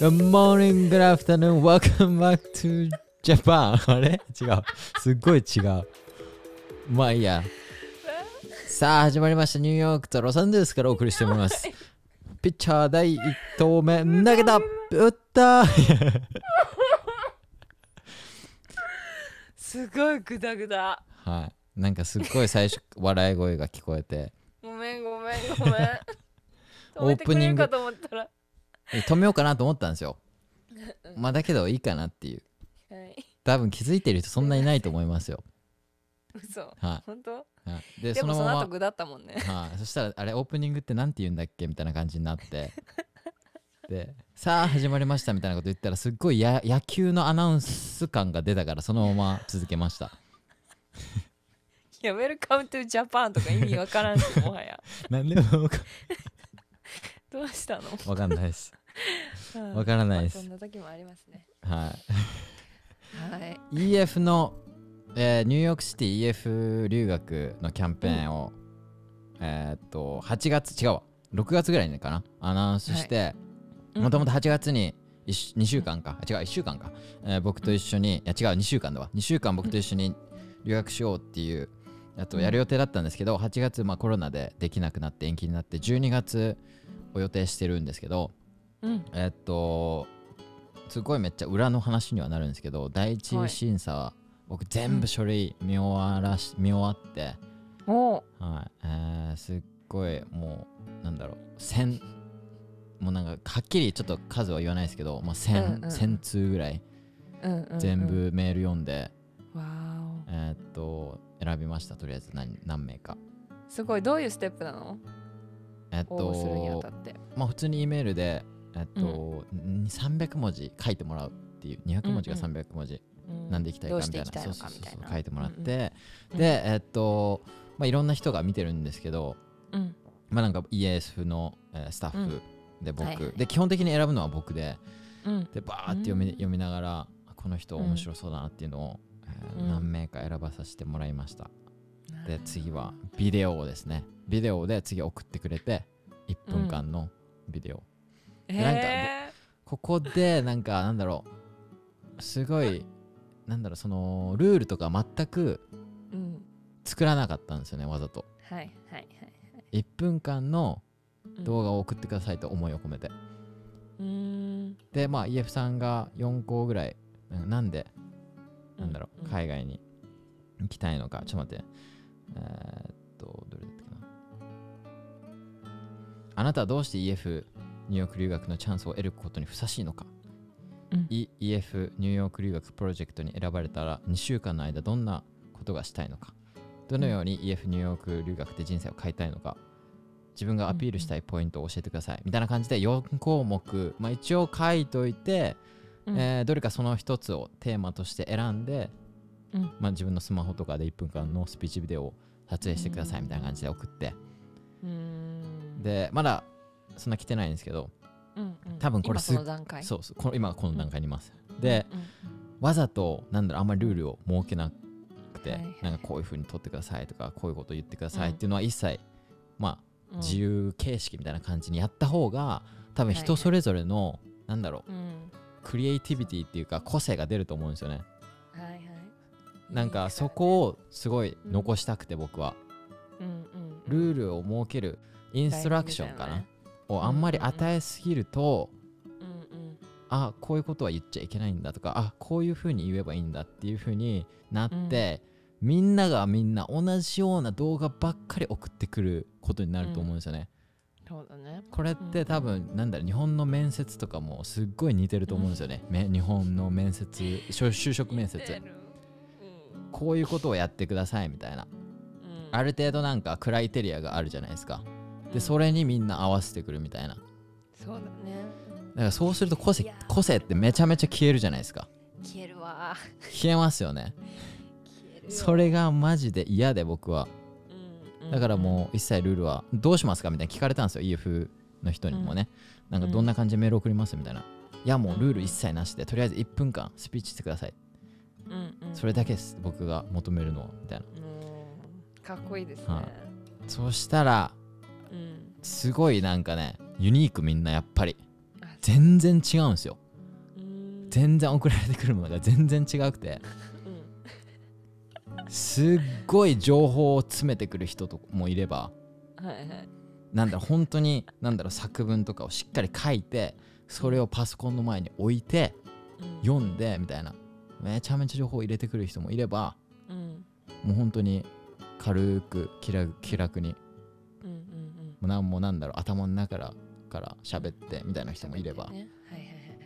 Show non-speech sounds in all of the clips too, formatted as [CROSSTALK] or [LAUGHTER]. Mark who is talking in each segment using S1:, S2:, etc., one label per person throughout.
S1: Good morning, good afternoon, welcome back to Japan [LAUGHS] あれ違う。すっごい違う。まあいいや。さあ始まりました。ニューヨークとロサンゼルスからお送りしてもらいます。ピッチャー第1投目、投げた打った [LAUGHS]
S2: すごいグダグダ
S1: はい。なんかすっごい最初、笑い声が聞こえて。
S2: ごめんごめんごめん止
S1: [LAUGHS] オ
S2: め
S1: ー
S2: て
S1: プ
S2: くれ
S1: ニン
S2: る
S1: グ
S2: かと思ったら
S1: 止めようかなと思ったんですよ。まあだけどいいかなっていう。
S2: はい
S1: 多分気づいてる人そんないないと思いますよ。
S2: 嘘
S1: は
S2: 本当
S1: い。はい、で、
S2: で
S1: そ
S2: も
S1: の
S2: そ
S1: ま
S2: の
S1: ま
S2: 後。グダったもんね
S1: はい、そしたらあれオープニングってなんて言うんだっけみたいな感じになってでさあ始まりましたみたいなこと言ったらすっごいや野球のアナウンス感が出たからそのまま続けました
S2: やめるカウントジャパンとか意味わからんしもはや
S1: 何でもわか
S2: どうしたの
S1: わかんないです
S2: うん
S1: わからないです
S2: まあそんな時もありますね
S1: は
S2: はい
S1: い EF の、えーニューヨークシティ EF 留学のキャンペーンを、えーっと8月違うわ6月ぐらいにかなアナウンスして、もともと8月に2週間か、あ違う、1週間か、えー僕と一緒に、いや違う、2週間だわ、2週間僕と一緒に留学しようっていう、あと
S2: うん
S1: やる予定だったんですけど、8月、まあ、コロナでできなくなって延期になって、12月を予定してるんですけど、
S2: うん
S1: えっと、すごいめっちゃ裏の話にはなるんですけど、第一次審査は、僕全部書類見終わらし、見終わって、
S2: お
S1: はい、えーすっごいもうなんだろう千もうなんかはっきりちょっと数は言わないですけど、まあ、千、
S2: うんうん
S1: 千通ぐらい
S2: うんうん
S1: 全部メール読んで、
S2: わー
S1: えーっと選びましたとりあえず何何名か
S2: おすごいどういうステップなの
S1: えーっ
S2: 応募するにあ
S1: と
S2: たって
S1: まあ普通に E メールでえーっと、ん300文字書いてもらうっていう200文字が
S2: うん
S1: 300文字、なんでいきたいか
S2: ど
S1: みた
S2: うして
S1: い
S2: い
S1: な
S2: きたい
S1: そう
S2: の
S1: そ
S2: か
S1: う
S2: みたい
S1: そう
S2: な
S1: 書いてもらって、
S2: うん
S1: でえーっと、まあ、いろんな人が見てるんですけど、
S2: うん
S1: まあなんか EAF の、えースタッフで僕、
S2: はいはい
S1: で基本的に選ぶのは僕で
S2: うん
S1: でバーって読み,、
S2: うん
S1: 読みながらあこの人
S2: うん
S1: 面白そうだなっていうのを、えー
S2: うん
S1: 何名か選ばさせてもらいました、で次はビデオをですねビデオで次送ってくれて1分間のビデオ、
S2: え
S1: なんか
S2: ー
S1: ここでなんかなんだろうすごいなんだろうそのルールとか全く
S2: うん
S1: 作らなかったんですよねわざと
S2: はいはいはい
S1: 1分間の
S2: うん
S1: 動画を送ってくださいと思いを込めて
S2: うーん
S1: でまあ EF さんが4校ぐらいうんなんでなんだろう、
S2: うん
S1: 海外に行きたいのかちょっと待ってえーっとどれだったかなあなたはどうして EF ニューヨーク留学のチャンスを得ることにふさわしいのか、
S2: うん
S1: E- ?EF ニューヨーク留学プロジェクトに選ばれたら2週間の間どんなことがしたいのかどのように EF ニューヨーク留学で人生を変えたいのか自分がアピールしたいポイントを教えてください、みたいな感じで4項目、まあ、一応書いといて、
S2: うん
S1: えーどれかその一つをテーマとして選んで、
S2: うん
S1: まあ、自分のスマホとかで1分間のスピーチビデオを撮影してくださいみたいな感じで送って、
S2: うーん
S1: でまだそんな来てないんですけど
S2: うんうん
S1: 多分これ
S2: 今
S1: す
S2: その段階
S1: そうそうこの今この段階にいます、で
S2: うんうん
S1: わざとなんだろうあんまりルールを設けなくて、
S2: はいはい
S1: なんかこういう風に撮ってくださいとかこういうこと言ってくださいっていうのは一切、まあ
S2: うん
S1: 自由形式みたいな感じにやった方が多分
S2: はい
S1: 人それぞれの、なんだろ
S2: うん
S1: うクリエイティビティっていうか個性が出ると思うんですよね
S2: はいはい
S1: なん
S2: いい
S1: か
S2: ね
S1: そこをすごい残したくて僕は、
S2: うんうんうん
S1: ルールを設けるインストラクションかな、
S2: 大事
S1: をあんまり与えすぎると、
S2: だよねうんうん
S1: あこういうことは言っちゃいけないんだとかあこういうふうに言えばいいんだっていうふうになって、みんながみんな同じような動画ばっかり送ってくることになると思うんですよね、
S2: そうだね
S1: これって多分なんだろう日本の面接とかもすっごい似てると思うんですよね、め日本の面接就就職面接
S2: 似てるうん
S1: こういうことをやってくださいみたいな
S2: うん
S1: ある程度なんかクライテリアがあるじゃないですか
S2: う
S1: で
S2: ん
S1: それにみんな合わせてくるみたいなだ
S2: そうだね
S1: からそうすると個
S2: い
S1: 性
S2: や
S1: 個性ってめちゃめちゃ消えるじゃない
S2: [LAUGHS]
S1: ですか
S2: 消えるわ
S1: 消えますよね
S2: 消えるよ
S1: それがマジで嫌で僕は
S2: うんうん
S1: だからもう一切ルールはどうしますかみたいな聞かれたんですよ EF の人にもね、なんかどんな感じでメール送りますみたいないやもうルール一切なしでとりあえず1分間スピーチしてください
S2: うんうん
S1: それだけです僕が求めるのはみたいな
S2: うんかっこいいです
S1: は
S2: ね
S1: そうしたら
S2: うん
S1: すごいなんかねユニークみんなやっぱり
S2: あ
S1: 全然違うんですよ
S2: うーん
S1: 全然送られてくるものが全然違くて
S2: うん
S1: すっごい情報を詰めてくる人とかもいれば
S2: はいはい
S1: なんだろう本当になんだろう作文とかをしっかり書いてそれをパソコンの前に置いて
S2: うん
S1: 読んでみたいなめちゃめちゃ情報を入れてくる人もいれば
S2: うん
S1: もう本当に軽く気楽気楽に
S2: うんうんうん
S1: もうなんもなんだろう頭の中からから喋ってみたいな人もいれば
S2: ねはいはいはいはいはい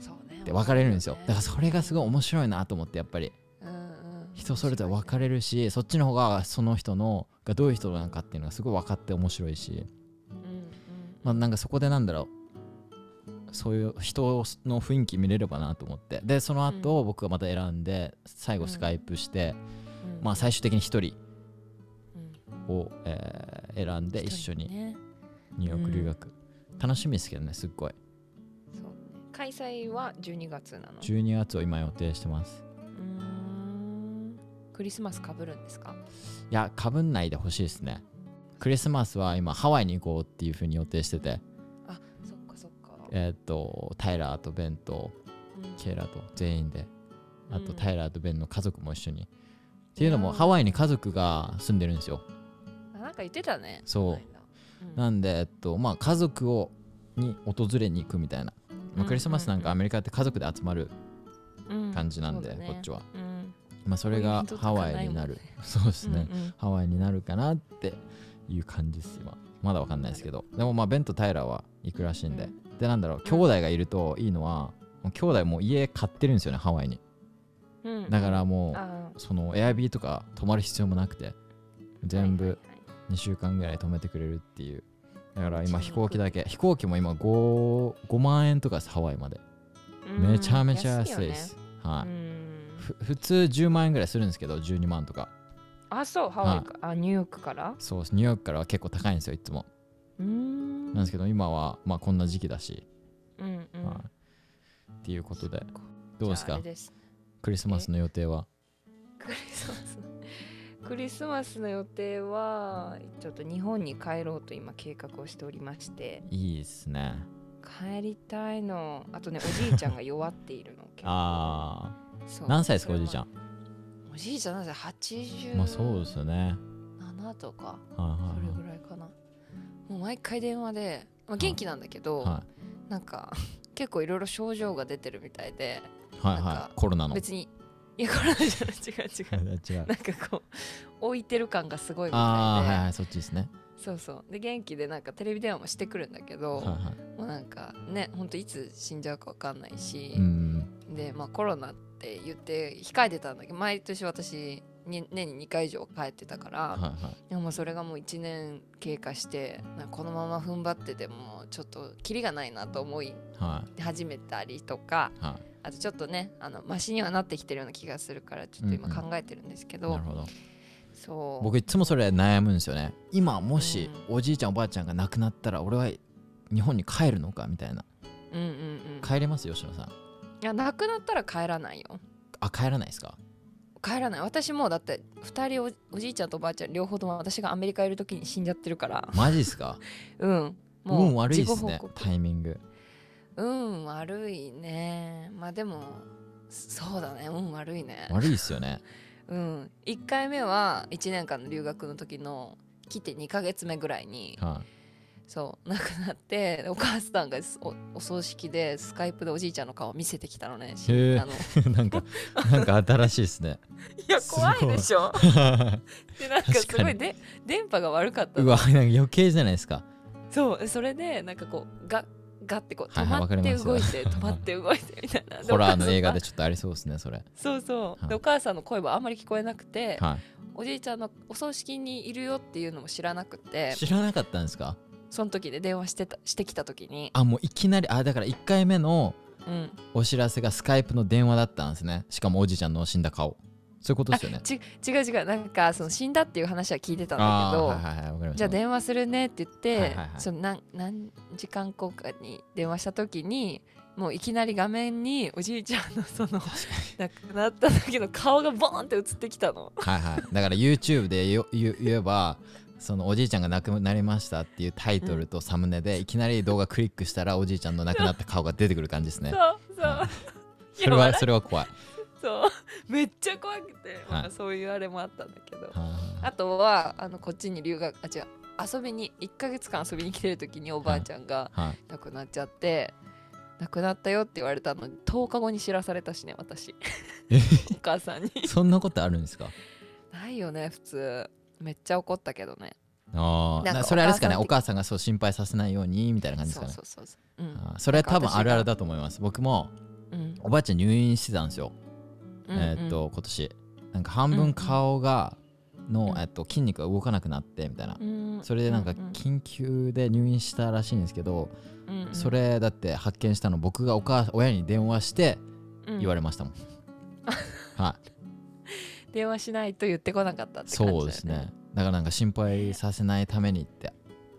S2: そうね
S1: で分かれるんですよだから
S2: そ
S1: それがすごい面白いなと思ってやっぱり
S2: うんうん
S1: 人それぞれ分か
S2: れ
S1: れるしそっちの方がその人のがどういう人なのかっていうのがすごい分かって面白いし
S2: うんうん
S1: まあなんかそこでなんだろうそういう人の雰囲気見れればなと思ってでその後僕がまた選んで最後スカイプして、
S2: うん
S1: まあ最終的に1人
S2: うん
S1: を、えー選んで一緒
S2: 一人
S1: に
S2: ね
S1: ニューヨーク留学、楽しみですけどねすっごい
S2: そうね開催は12月なの
S1: 12月を今予定してます
S2: うーんクリスマスかぶるんですか
S1: いやかぶんないでほしいですねクリスマスは今ハワイに行こうっていうふうに予定してて
S2: あそっかそっか
S1: えーっ、とタイラーとベンと
S2: うん
S1: ケイラーと全員であと
S2: うん
S1: タイラーとベンの家族も一緒に、っていうのもハワイに家族が住んでるんですよ
S2: あなんか言ってたね
S1: そう
S2: この間
S1: なんでえっとまあ家族をに訪れに行くみたいな、まあ、クリスマスなんかアメリカって家族で集まる
S2: うん
S1: 感じなんで、
S2: うんそうだね
S1: こっちは、
S2: うん
S1: まあ、それがハワイになる [LAUGHS]
S2: ポイントとかない
S1: そうですね、
S2: うんうん
S1: ハワイになるかなっていう感じです今まだわかんないですけどでもまあベンとタイラーは行くらしいんで、でなんだろう兄弟がいるといいのはもう兄弟もう家買ってるんですよねハワイに
S2: うん
S1: だからもう
S2: あ
S1: そのエアビーとか泊まる必要もなくて全
S2: はい
S1: 部
S2: はいはい
S1: 2週間ぐらい泊めてくれるっていうだから今
S2: めっちゃいい
S1: 飛行機だけ飛行機も今 5, 5万円とかですハワイまで
S2: うん
S1: めちゃめちゃ安いです、
S2: よ
S1: は
S2: ね
S1: い、
S2: うん
S1: ふ普通10万円ぐらいするんですけど12万とか
S2: あそうハワイかあニューヨークから
S1: そうニューヨークからは結構高いんですよいつも
S2: うーん
S1: なんですけど今はまあこんな時期だし、
S2: うんうん
S1: はい、っていうことで
S2: そっか
S1: どうです
S2: じゃああ
S1: か
S2: れです
S1: クリスマスの予定は
S2: クリスマスのクリスマスの予定はちょっと日本に帰ろうと今計画をしておりまして
S1: いいですね
S2: 帰りたいのあとねおじいちゃんが弱っているの結構
S1: [LAUGHS] あ
S2: そ
S1: あ
S2: う
S1: 何歳ですかおじいちゃ
S2: ん
S1: ん
S2: おじいちゃんなんせ87
S1: まあそうですよね
S2: とかそ
S1: は
S2: れぐらいかなもう毎回電話で、まあ、元気なんだけ
S1: い
S2: ど、
S1: は
S2: なんか [LAUGHS] 結構いろいろ症状が出てるみたいで
S1: いはいはい
S2: なん
S1: は
S2: か
S1: いコロナの違
S2: 別にいやこれじゃない違
S1: [LAUGHS]
S2: う違う
S1: う
S2: なんかこう置いてる感がすごいみたいで、
S1: ああはいはいそっちですね
S2: そうそうで元気でなんかテレビ電話もしてくるんだけど、
S1: はいは
S2: もうなんかねほんといつ死んじゃうか分かんない
S1: い、
S2: し
S1: うん
S2: で、まあ、コロナって言って控えてたんだけど毎年私に年に2回以上帰ってたから、
S1: はいはい
S2: でももうそれがもう1年経過してなんかこのまま踏ん張っててもちょっとキリがないなと思い
S1: はい
S2: 始めたりとか
S1: は
S2: あとちょっとねあのマシにはなってきてるような気がするからちょっと今
S1: うんうん
S2: 考えてるんですけ
S1: い
S2: ど、
S1: なるほど
S2: そう
S1: 僕いつもそれ悩むんですよね今もし
S2: う
S1: おじいちゃんおばあちゃんが亡くなったら俺は日本に帰るのかみたいな
S2: うんうんうん
S1: 帰れます吉野さん
S2: いやなくなったら帰らないよ
S1: あ帰らないですか
S2: 帰らない私もうだって2人おおじいちゃんとおばあちゃん両方とも私がアメリカいる時に死んじゃってるから
S1: マジですか
S2: うん [LAUGHS] もう
S1: 運悪いです
S2: 事後
S1: ね
S2: 報告
S1: タイミン
S2: [LAUGHS]
S1: グ
S2: 運悪いねまあでもそうだね運悪いね
S1: 悪いですよね
S2: うん1回目は1年間の留学の時の来て2ヶ月目ぐらいに
S1: は
S2: そう亡くなってお母さんがおお葬式でスカイプでおじいちゃんの顔見せてきたのねし
S1: へえ
S2: あのい
S1: い [LAUGHS] なん
S2: [LAUGHS]
S1: かなんか新しいですね
S2: や
S1: すごい
S2: 怖いでしょでなんかす
S1: 確
S2: ご
S1: か
S2: い
S1: に
S2: で電波が悪かった
S1: う
S2: の
S1: わなんか余計じゃないですか
S2: そうそれでなんかこうガッガッてこう
S1: は
S2: 止
S1: いはい
S2: ま
S1: わかり
S2: って
S1: ますよ
S2: 動いて止まって動いてみたいな
S1: [LAUGHS]
S2: で
S1: ホラーの映画
S2: お母
S1: でちょっとありそうですねそれ
S2: さんそうそう、
S1: はい
S2: でお母さんの声もあんまり聞こえなくて、
S1: は
S2: おじいちゃんのお葬式にいるよっていうのも知らなく
S1: い
S2: て
S1: 知らなかったんですか
S2: その時で電話してたしてきた時に、
S1: あもういきなりあだから1回目の
S2: うん、
S1: お知らせがスカイプの電話だったんですねしかもおじいちゃんの死んだ顔そういうことですよね
S2: ち違う違うなんかその死んだっていう話は聞いてたんだ
S1: あ
S2: け
S1: あ
S2: ど、
S1: はいはいはいわかりました
S2: じゃあ電話するねって言って、
S1: はいはいはい
S2: その何何時間後かに電話した時にもういきなり画面におじいちゃんのその [LAUGHS] 亡くなった時の顔がボーンって映ってきたの。
S1: はいはいだから YouTube でよ言言えばそのおじいちゃんが亡くなりましたっていうタイトルとサムネで、いきなり動画クリックしたらおじいちゃんの亡くなった顔が出てくる感じですね。
S2: そうそう、
S1: はい
S2: いや
S1: それは
S2: 笑
S1: それは怖い。
S2: そうめっちゃ怖くて、ま
S1: は
S2: あ、
S1: い
S2: そういうあれもあったんだけど、
S1: は
S2: あとはあのこっちに留学あ違う遊びに1ヶ月間遊びに来てる時におばあちゃんが
S1: いはい
S2: [LAUGHS] 亡くなっちゃって、亡くなったよって言われたのに10日後に知らされたしね私
S1: え
S2: お母さんに
S1: そんなことあるんですか。
S2: ないよね普通めっちゃ怒ったけどね
S1: あ
S2: なん
S1: あ、
S2: か
S1: それあれですかね。
S2: お母さん
S1: お母
S2: 的
S1: さんがそう心配させないようにみたいな感じですか
S2: そう
S1: ね
S2: そ。うそうそう、うん
S1: あーそれは多分あるあるだと思います。僕も
S2: うん
S1: おばあちゃん入院してたんですよ。
S2: うんうん
S1: えーっと今年なんか半分顔がの、
S2: うん
S1: えっと筋肉が動かなくなってみたいな
S2: う。ん
S1: それでなんか
S2: うう
S1: 緊急で入院したらしいんですけど、
S2: うんうん
S1: それだって発見したの僕がお母親に電話して
S2: うん
S1: 言われました
S2: [LAUGHS]
S1: もん、はい
S2: 電話しないと言ってこなかったって感じだよ、ね、
S1: そうですねだからなんか心配させないためにって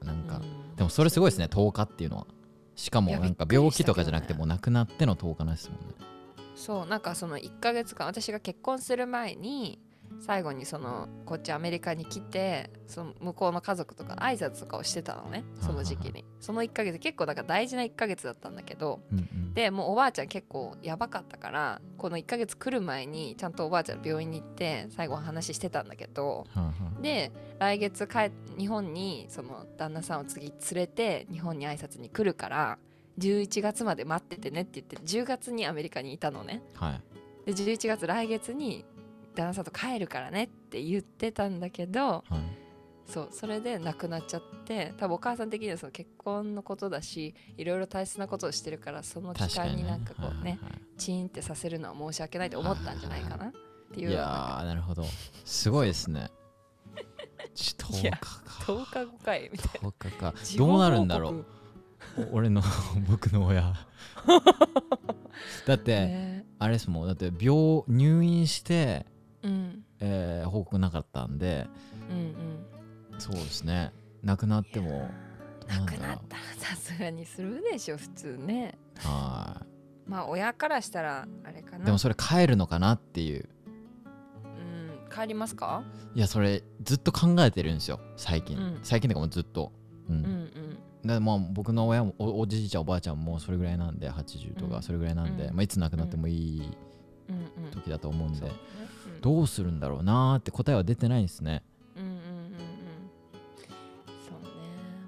S1: なんか、
S2: うん
S1: でもそれすごいですね10日っていうのはしかも
S2: いや
S1: なんか
S2: びっく
S1: 病
S2: りし
S1: 気
S2: たけ
S1: とか
S2: どね
S1: じゃなくてもう亡くなっての10日なんですもんね
S2: そうなんかその1ヶ月間私が結婚する前に最後にそのこっちアメリカに来てその向こうの家族とか挨拶とかをしてたのねその時期
S1: はい
S2: にその1ヶ月結構なんか大事な1ヶ月だったんだけど
S1: うんうん
S2: でもうおばあちゃん結構やばかったからこの1ヶ月来る前にちゃんとおばあちゃん病院に行って最後お話ししてたんだけど
S1: はいはい
S2: で来月帰日本にその旦那さんを次連れて日本に挨拶に来るから11月まで待っててねって言って10月にアメリカにいたのね
S1: はい
S2: で11月来月に旦那さんと帰るからねって言ってたんだけど
S1: はい
S2: そうそれで亡くなっちゃって多分お母さん的にはその結婚のことだしいろいろ大切なことをしてるからその期
S1: 確か
S2: 間
S1: に
S2: に
S1: ね
S2: なんかこうね
S1: はいはいはい
S2: チーンってさせるのは申し訳ないと思ったんじゃないかなっていう
S1: い
S2: の
S1: や
S2: が
S1: ーなるほどすごいです
S2: [LAUGHS]
S1: ねち10
S2: い
S1: 日
S2: や
S1: か
S2: 10日後かいみたいな。
S1: 10日か [LAUGHS] どうなるんだろうお俺の [LAUGHS] 僕の親だって、
S2: ね
S1: あれですもんだって病入院して、
S2: うん
S1: えー報告なかったんで
S2: うん
S1: そうですね亡くなって
S2: うん
S1: も
S2: なくなったらさすがにするでしょ普通ね
S1: は
S2: まあ親からしたらあれか
S1: い
S2: な
S1: でもそれ帰るのかなっていう
S2: うん帰りますか
S1: いやそれずっと考えてるんですよ最近、
S2: うん
S1: 最近とかもずっと、うん
S2: うんうん
S1: でまあ僕の親もおおじいちゃんおばあちゃんもそれぐらいなんで80と
S2: う
S1: か
S2: ん
S1: それぐらいなんで、
S2: うん
S1: まあ、いつ亡くなってもいい
S2: うんうん
S1: 時だと思うんで、
S2: そうねうん
S1: どうするんだろうなーって答えは出てないんですね
S2: うんうんうんうんそうね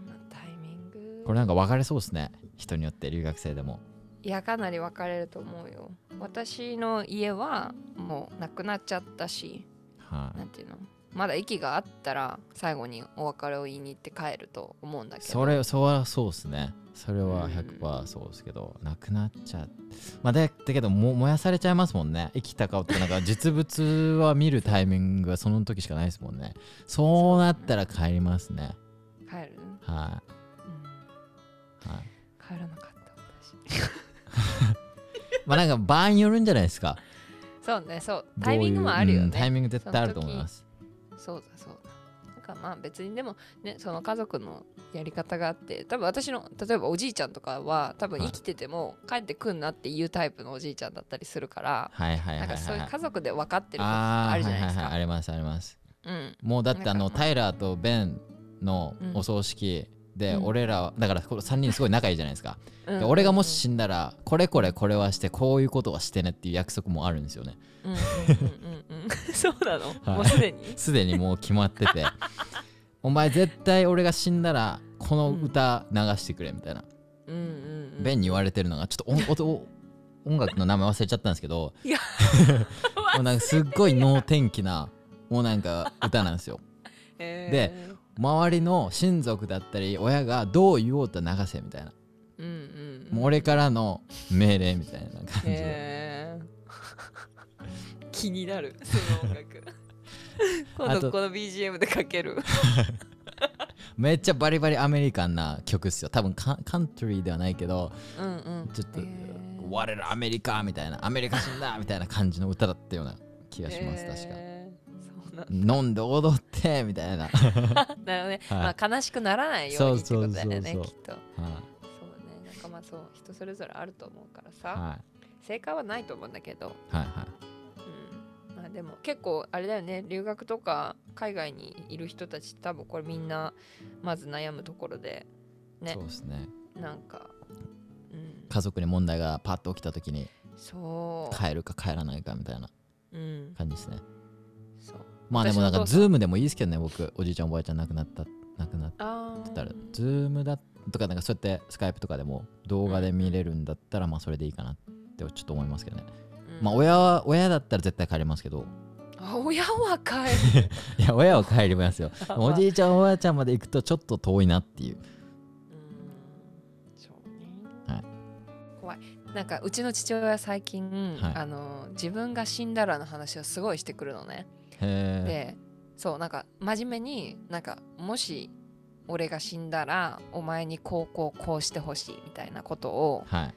S2: まあタイミング
S1: これなんか分かれそうですね人によって留学生でも
S2: いやかなり分かれると思うよ私の家はもうなくなっちゃったし
S1: は
S2: なんていうのまだ息があったら最後にお別れを言いに行って帰ると思うんだ
S1: い
S2: けど
S1: それそれはそうですねそれは
S2: う
S1: 100%そうですけど、なくなっちゃまあだだけども燃やされちゃいますもんね生きた顔ってなんか実物は見るタイミングはその時しかないですもんねそうなったら帰りますね
S2: 帰る、
S1: は
S2: うん
S1: い、はい、
S2: 帰らなかった
S1: まあなんか場合によるんじゃないですか
S2: 私そうねそう
S1: どう
S2: タ
S1: いう
S2: イミングもあるよ
S1: うんタイ
S2: ね
S1: ミング絶対あると思います
S2: そうだそうだなんかまあ別にでもねその家族のやり方があって多分私の例えばおじいちゃんとかは多分
S1: はい
S2: 生きてても帰ってくんなっていうタイプのおじいちゃんだったりするから
S1: はいはいは
S2: ないん
S1: はい
S2: かそういう
S1: はい
S2: 家族で分かってること
S1: あー
S2: あるじゃないです
S1: ははは
S2: か
S1: ありますあります
S2: うん
S1: もうだってあ
S2: な
S1: の
S2: んか
S1: タイラーとベンの
S2: うん
S1: お葬式で
S2: うん
S1: 俺らはだからこの3人すごい仲いいじゃないですか
S2: うん
S1: で俺がもし死んだらこれこれこれはしてこういうことはしてねっていう約束もあるんですよね
S2: うんうんうんうんうん [LAUGHS] そうなの
S1: い
S2: もうすでに
S1: すでにもう決まって
S2: [LAUGHS]
S1: てお前絶対俺が死んだらこの歌流してくれみたいな
S2: うんうん
S1: [LAUGHS]
S2: うん
S1: ベンに言われてるのがちょっ
S2: [LAUGHS]
S1: と音音音楽の名前忘れちゃったんですけど
S2: いや
S1: [LAUGHS] もうなんかすっごい能天気なもうなんか歌なんですよ
S2: えー
S1: 周りの親族だったり親がどう言おうと流せみたいな
S2: うんうん
S1: もう俺からの命令みたいな感じで、
S2: へー気になる [LAUGHS] その音楽今
S1: あと
S2: 度この BGM でかける
S1: めっちゃバリバリアメリカンな曲っすよ多分カンカントリーではないけど
S2: うんうん
S1: ちょっと「
S2: へー
S1: 我らアメリカ」みたいな「アメリカ人だ」みたいな感じの歌だったような気がします確か
S2: へーそうなん
S1: 飲んで踊ってみたいな、 [LAUGHS] はい
S2: だよね、まあ、悲しくならないようにってことだよ
S1: そうそ
S2: ね
S1: うそうそう
S2: きっとそうねなんかまあそう人それぞれあると思うからさ、
S1: はい
S2: 正解はないと思うんだけど、
S1: はいはい
S2: うんまあ、あでも結構あれだよね留学とか海外にいる人たち多分これみんなまず悩むところでね
S1: そうですね
S2: なんか、うん、
S1: 家族に問題がパッと起きた時に
S2: そ
S1: 帰るか帰らないかみたいな
S2: う、うん、
S1: 感じですね
S2: そう
S1: まあでもなん
S2: 私の
S1: か
S2: お父さん
S1: ズームでもいいですけどね僕おじいちゃんおばあちゃん亡くなった亡くなっ
S2: あー
S1: たらズームだとかなんかそうやってスカイプとかでも動画で見れるんだったらまあそれでいいかなってちょっと思いますけどね
S2: うん
S1: まあ親は親だったら絶対帰りますけど
S2: あ親は帰
S1: [LAUGHS] いや親は帰りますよ
S2: る
S1: おじいちゃんおばあちゃんまで行くとちょっと遠いなっていう
S2: うんそうね、
S1: はい
S2: 怖いなんかうちの父親は最近、
S1: はい
S2: あの自分が死んだらの話をすごいしてくるのね、
S1: へ
S2: でそうなんか真面目になんかもし俺が死んだらお前にこうこうこうしてほしいみたいなこと
S1: え
S2: を
S1: はい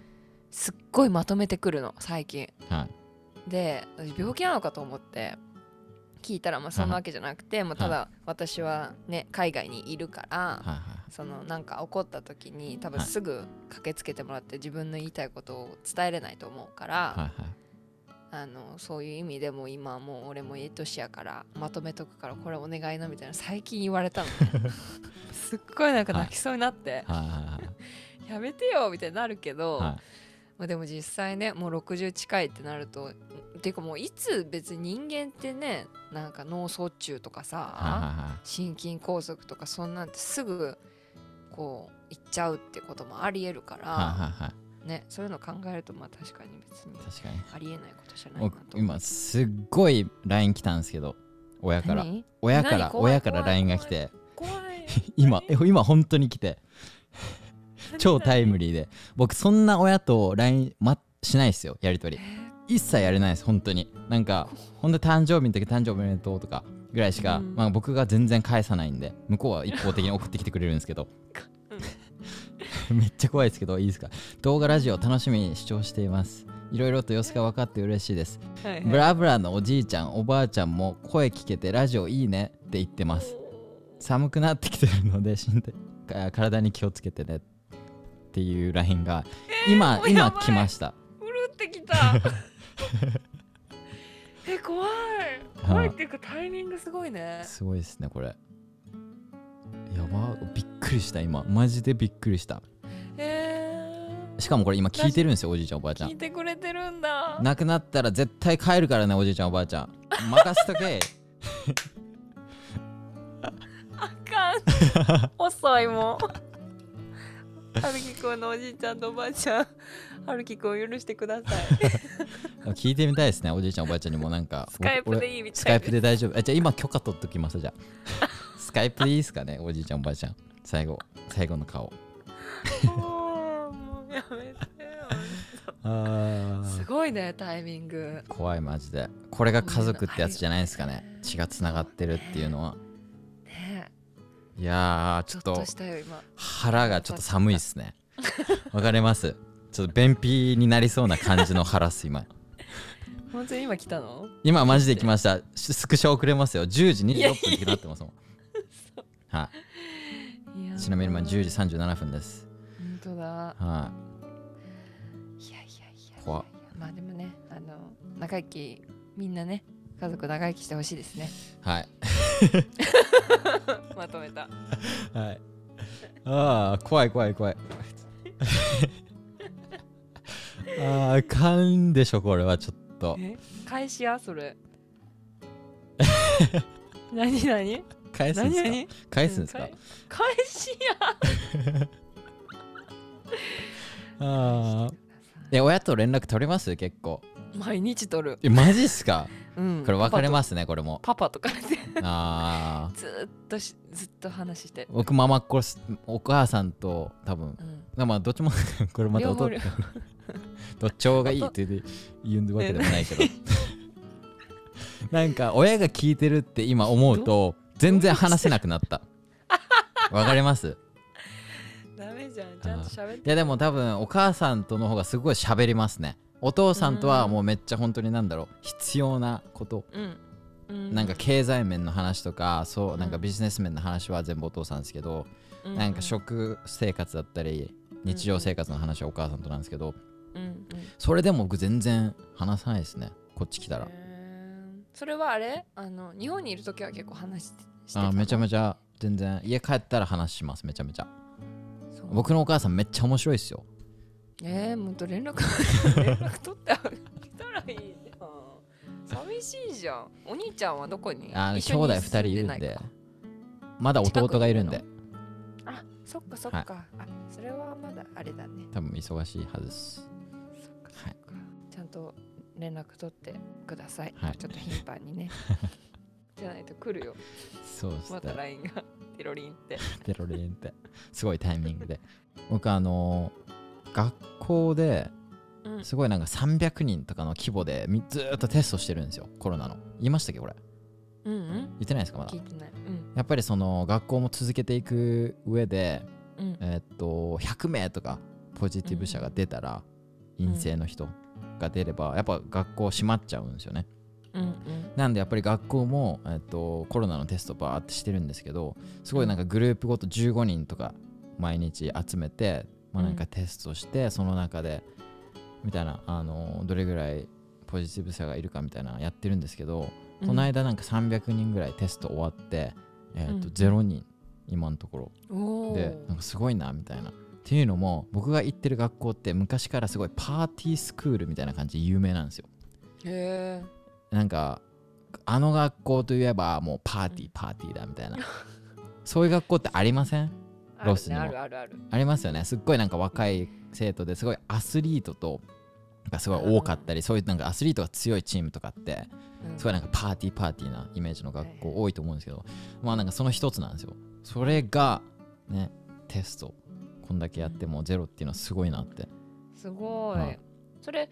S2: すっごいまとめてくるの最近
S1: はい
S2: で私病気なのかと思って聞いたらまあそんなわけじゃなくて、まあ、ただ私はね海外にいるから、
S1: はいはい
S2: そのなんか起こった時に多分
S1: はい
S2: すぐ駆けつけてもらって自分の言いたいことを伝えれないと思うから、
S1: はいはい
S2: あのそういう意味でも今もう俺もええ年やからまとめとくからこれお願いなみたいな最近言われたの
S1: [LAUGHS]
S2: ねすっごいなんか泣きそうになっ
S1: はい
S2: て、
S1: はい
S2: やめてよみたいになるけど、
S1: はいはい
S2: まあ、でも実際ねもう60近いってなるとていうかもういつ別に人間ってねなんか脳卒中とかさ、
S1: は
S2: 心筋梗塞とかそんなんてすぐこう行っちゃうってこともありえるから、
S1: いはいはいはい
S2: ね、そういうの考えるとまあ確かに別に
S1: 確かに
S2: ありえないことじゃないな
S1: 僕
S2: と
S1: 今すっごい LINE 来たんですけど親から
S2: 何
S1: 親から
S2: 何怖い
S1: 親から
S2: 怖い
S1: LINE が来て
S2: 怖 [LAUGHS] い
S1: 今え今本当に来て超タイムリーで僕そんな親と LINE ましないですよやり取り一切やれないです本当になんか本当誕生日の時誕生日おめでとうとかぐらいしか、
S2: うん
S1: まあ、僕が全然返さないんで向こうは一方的に送ってきてくれるんですけど [LAUGHS] めっちゃ怖いですけどいいですか動画ラジオ楽しみに視聴していますいろいろと様子が分かって嬉しいです
S2: はいはい
S1: ブラブラのおじいちゃんおばあちゃんも声聞けてラジオいいねって言ってます寒くなってきてるので身体か体に気をつけてねっていう LINE が今、
S2: もうや
S1: 今
S2: ばい
S1: 来ました
S2: うるってき [LAUGHS] たえ怖い怖いっていうかタイミングすごいね
S1: すごいですねこれやばびっくりした今マジでびっくりした
S2: え
S1: しかもこれ今聞いてるんですよおじいちゃんおばあち
S2: ー、
S1: ゃ
S2: 聞い
S1: ん
S2: てくれてるんだ
S1: 亡くなったら絶対帰るからねおじいちゃんおばあちゃん任せと
S2: [LAUGHS]
S1: け
S2: あかん遅
S1: [LAUGHS]
S2: いもんはるきくんのおじいちゃんとおばあちゃんはるきくんを許してくだ
S1: [LAUGHS]
S2: さい
S1: 聞いてみたいですねおじいちゃんおばあちゃんにもなんか
S2: スカイプ
S1: 俺
S2: でいいみ
S1: ス
S2: た
S1: カ
S2: い
S1: イプで大丈夫あじゃあ今許可取っときますじゃあスカイプでいいですかねおじいちゃんおばあちゃん最後最後の顔
S2: もうもうやめてよ
S1: あ
S2: すごいねタイミング
S1: 怖いマジでこれが家族ってやつじゃないですかね血がつながってるっていうのは
S2: ね
S1: いやー
S2: ち
S1: ち
S2: ょ
S1: ょっ
S2: っと
S1: と
S2: したよ今
S1: 腹がちょっと寒いですねわかりますちょっと便秘になりそうな感じの腹っす今
S2: 本当に今来たの
S1: 今マジで来ましたしスクショ送れますよ10時
S2: いやい
S1: 26分になってますもんはい
S2: や
S1: いちなみに今10時37分です
S2: 本当だ
S1: はい
S2: やいやいや
S1: 怖っ
S2: まあでもねあの長生きみんなね家族長生きしてほしいですね
S1: いはい
S2: まとめた
S1: はい。ああ、怖い怖い怖 [LAUGHS] い。ああ、かんでしょ、これはちょっと。
S2: え返しや
S1: [LAUGHS]
S2: それ何何
S1: 返すん
S2: 何
S1: ですか
S2: 何
S1: 返すんですか
S2: 返しや
S1: ああ。え、親と連絡取れます結構。
S2: 毎日撮る、
S1: え、マジっすか
S2: うん
S1: これ分かれ
S2: す
S1: ますね、これも。
S2: パパとかね
S1: ああ。
S2: [LAUGHS] ずーっとしずっと話して、
S1: 僕、ママっ子っす、お母さんと多分。
S2: うん、
S1: まあ、どっちも、 [LAUGHS] これまた
S2: 両方
S1: 弟
S2: 両。
S1: どっちもがいいって言う言うわけでもないけど。 [LAUGHS] なんか親が聞いてるって今思うと全然話せなくなった。わかります
S2: [LAUGHS] ダメじゃんちゃんと喋っ
S1: い
S2: て
S1: やでも多分お母さんとの方がすごい喋りますね。お父さんとはもうめっちゃ本当になんだろう必要なこと。
S2: うん、うん、
S1: なんか経済面の話とかそうなんかビジネス面の話は全部お父さんですけど、
S2: う
S1: なんか食生活だったり日常生活の話はお母さんとなんですけど
S2: うんうん
S1: それでも僕全然話さないですねこっち来たら
S2: へーそれはあれあの日本にいる時は結構話してしてた
S1: あ
S2: の
S1: めちゃめちゃ全然家帰ったら話しますめちゃめちゃ
S2: そう
S1: 僕のお母さんめっちゃ面白いですよ
S2: えー、もっと連絡連絡取ってあげたらいいじゃん寂しいじゃんお兄ちゃんはどこに
S1: あの
S2: 一
S1: 兄
S2: 緒に
S1: 弟2人いる
S2: 住
S1: ん
S2: ない
S1: で
S2: か
S1: まだ弟がいるん
S2: 近
S1: で
S2: あそっかそっか、あそれはまだあれだね
S1: 多分忙しいはずですはい
S2: ちゃんと連絡取ってください、
S1: はい
S2: ちょっと頻繁
S1: [LAUGHS]
S2: にねじゃないと来るよ
S1: そうです
S2: ま
S1: ね
S2: た LINE がテロリン
S1: [LAUGHS]
S2: って
S1: テロリンってすごいタイミングで [LAUGHS] 僕あの学校で
S2: うん
S1: すごいなんか300人とかの規模でみずーっとテストしてるんですよコロナの言いましたっけこれ
S2: うんうん
S1: 言ってないですかまだ
S2: 聞いてないうん
S1: やっぱりその学校も続けていく上で
S2: うん
S1: えーっと100名とかポジティブ者が出たら、
S2: ん
S1: 陰性の人が出ればやっぱ学校閉まっちゃうんですよね
S2: うんうん
S1: なんでやっぱり学校も、えーっとコロナのテストバーってしてるんですけどすごいなんかグループごと15人とか毎日集めて、まあ、なんかテストして、その中でみたいなあのどれぐらいポジティブ者がいるかみたいなのやってるんですけど、この間なんか300人ぐらいテスト終わって、えーっと
S2: うん
S1: 0人今のところ
S2: お
S1: で
S2: ー
S1: なんかすごいなみたいな。っていうのも僕が行ってる学校って昔からすごいパーティースクールみたいな感じで有名なんですよ。
S2: へえ
S1: なんかあの学校といえばもうパーティ
S2: う
S1: ーパーティーだみたいなそういう学校ってありません
S2: あ
S1: ロ
S2: る
S1: スに
S2: ね
S1: も
S2: あるあるある
S1: ありますよねすっごいなんか若い生徒ですごいアスリートとがすごい多かったり、そういうなんかアスリートが強いチームとかって
S2: うん
S1: すごいなんかパーティーパーティーなイメージの学
S2: はい
S1: 校多いと思うんですけど、まあなんかその一つなんですよ。それがね、テスト、こんだけやってもゼロっていうのはすごいなって。
S2: すご
S1: はい
S2: いそれ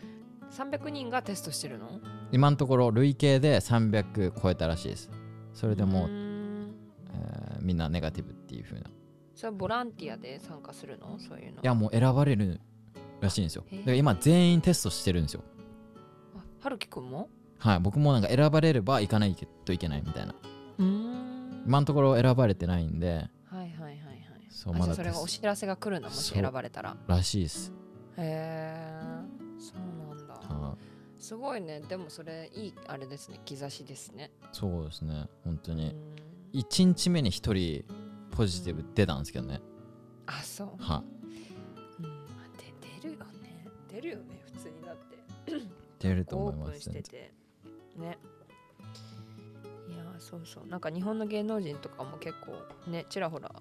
S2: 300人がテストしてるの
S1: 今のところ累計で300超えたらしいです。それでもう、
S2: うーん
S1: えーみんなネガティブっていう風な。い
S2: それはボランティアで参加するのそういうの
S1: やもう選ばれるらしいんですよ。
S2: へー
S1: だから今全員テストしてるんですよ。
S2: あはるきくんも
S1: はい、僕もなんか選ばれれば行かないといけないみたいな。
S2: うーん
S1: 今のところ選ばれてないんで、
S2: はいはいはいはい
S1: そう
S2: あ
S1: ま
S2: じ
S1: だ
S2: ゃあそれ
S1: テ
S2: がお
S1: ス
S2: 知らせが来るんだもし
S1: そう
S2: 選ばれたら
S1: トらしいです。
S2: へえそうなんだ
S1: はい
S2: すごいねでもそれいいあれですね兆しですね
S1: そうですね、本当
S2: う
S1: に。
S2: ん
S1: 1日目に1人ポジティブ出たんですけどね、
S2: あそう
S1: は
S2: うんまあで出るよね出るよね普通にだって
S1: 出ると
S2: オ
S1: 思い
S2: ー
S1: ま
S2: プン
S1: す、
S2: しててねいやーそうそうなんか日本の芸能人とかも結構ねちらほら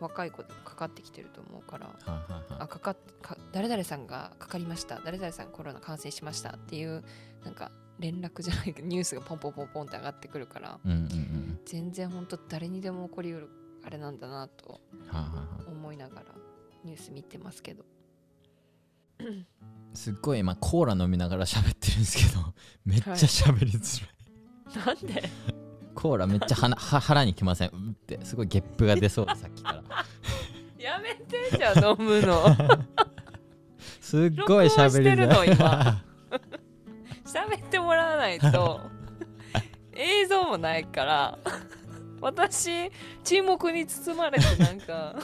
S2: 若い子でもかかってきてると思うから
S1: はいはいは
S2: あかかっか誰々さんがかかりました誰々さんコロナ感染しましたっていうなんか連絡じゃないけどニュー [LAUGHS] スがポンポンポンポンって上がってくるから
S1: いうんうん
S2: 全然ほんと誰にでも起こりうるあれなんだなと
S1: うんはいはいは
S2: 思いながらニュース見てます [LAUGHS] けど
S1: いすっごい今コーラ飲みながら喋ってるんですけど [LAUGHS] めっちゃ喋りづらい、
S2: なんで
S1: コーラめっちゃ
S2: [LAUGHS]
S1: はなは腹にきませんうんってすごいゲップが出そうでさっき
S2: [LAUGHS]
S1: から
S2: やめてじゃあ飲むの
S1: すっごい喋りづ
S2: 録
S1: ら
S2: 音
S1: い
S2: してるの今 [LAUGHS] 喋ってもらわないと映像もないから私沈黙に包まれてなんか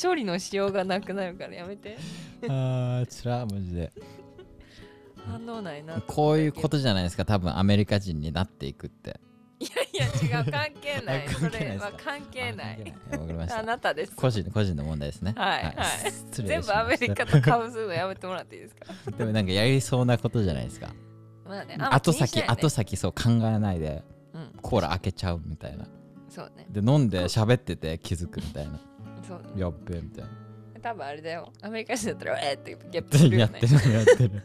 S2: 処理のしようがなくなるからやめて
S1: あーつらマジで
S2: 反応ないな
S1: こういうこととじゃないですか多分アメリカ人になっていくって
S2: いやいや違う関係ない
S1: あ
S2: そ
S1: [LAUGHS] 関係ない
S2: れ
S1: ですかあ関係わ
S2: は関係ない
S1: かりまし
S2: あ
S1: た
S2: なたです
S1: 個人個人の問題ですね
S2: はいはい
S1: 失礼しま
S2: 全
S1: し
S2: 部
S1: た
S2: アメリカとかぶするのやめてもらっていいですか
S1: でもなんかやりそうなことじゃないですか
S2: まあねあんま
S1: 後
S2: 気にし
S1: 先
S2: ないね
S1: 後先そう考えないで
S2: うん
S1: コーラ開けちゃうみたいな
S2: そうね
S1: で飲んで喋ってて気づくみたいな
S2: そうね
S1: やっべえみたいな
S2: 多分あれだよアメリカ人だったらえーってゲップする
S1: で
S2: よ
S1: [LAUGHS] や
S2: ね
S1: ってるやってる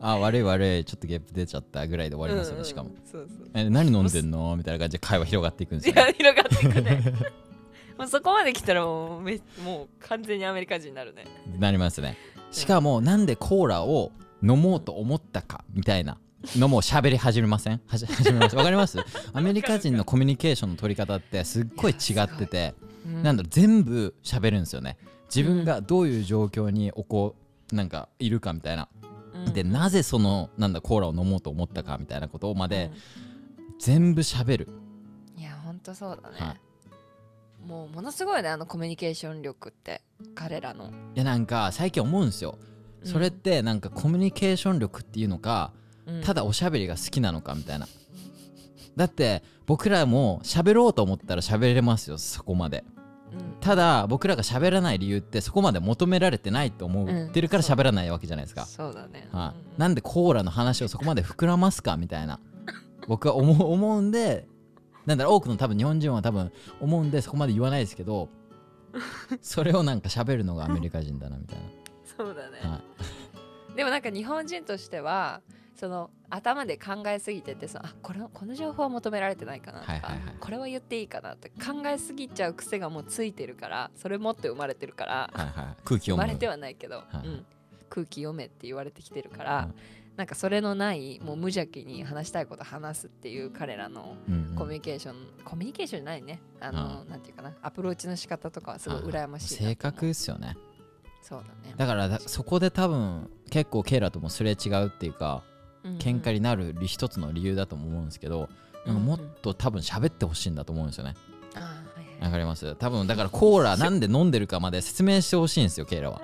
S1: あ悪い悪いちょっとゲップ出ちゃったぐらいで終わりますよね、しかも
S2: うんうんそうそう
S1: え何飲んでんのみたいな感じで会話広がっていくんです
S2: い
S1: よ、ね
S2: や、広がっていく [LAUGHS] ねもうそこまで来たらもうめもう完全にアメリカ人になるね
S1: なりますねしかもなんでコーラを飲もうと思ったかみたいなのも喋り始めませんはじ始めますわかり
S2: [LAUGHS]
S1: ますアメリカ人のコミュニケーションの取り方ってすっごい違っててなんだろう全部喋るんですよね自分がどういう状況におこなんかいるかみたいな、
S2: うん
S1: でなぜそのなんだコーラを飲もうと思ったかみたいなことまで、
S2: う
S1: 全部喋る
S2: んいやほんとそうだね、
S1: は
S2: もうものすごいねあのコミュニケーション力って彼らの
S1: いやなんか最近思うんですよそれってなんかコミュニケーション力っていうのか、
S2: うん
S1: ただおしゃべりが好きなのかみたいなだって僕らも喋ろうと思ったら喋れますよそこまで
S2: うん
S1: ただ僕らが喋らない理由ってそこまで求められてないと思ってるから
S2: うんそう
S1: 喋らないわけじゃないですか、
S2: そうだね、
S1: は
S2: うん
S1: い、なんでコーラの話をそこまで膨らますかみたい
S2: [LAUGHS]
S1: な僕は思う思うんでなんだろう多くの多分日本人は多分思うんでそこまで言わないですけどそれをなんか喋るのがアメリカ人だなみたい
S2: [LAUGHS] そうだね、
S1: な、はい、
S2: [LAUGHS] でもなんか日本人としてはその頭で考えすぎててそのあこれこの情報は求められてないかなとか、
S1: はいはいはい
S2: これは言っていいかなって考えすぎちゃう癖がもうついてるからそれ持って生まれてるから
S1: はいはい空気
S2: 生
S1: 読
S2: ま
S1: む
S2: れてはないけど、
S1: いはい
S2: うん、空気読めって言われてきてるから、なんかそれのないもう無邪気に話したいこと話すっていう彼らの
S1: うんうん
S2: コミュニケーション、コミュニケーションじゃないねあの、なんていうかなアプローチの仕方とかはすごい
S1: はい
S2: 羨ましい
S1: 性
S2: なと思う
S1: 格っすよね
S2: そうだね
S1: だからだそこで多分結構ケイラともすれ違うっていうか喧嘩
S2: に
S1: になる理一つの理由だとも思うんですけど、なんかもっと多分喋ってほしいんだと思うんですよね
S2: あーはいはい
S1: わかります多分だからコーラなんで飲んでるかまで説明してほしいんですよケイ [LAUGHS] ラは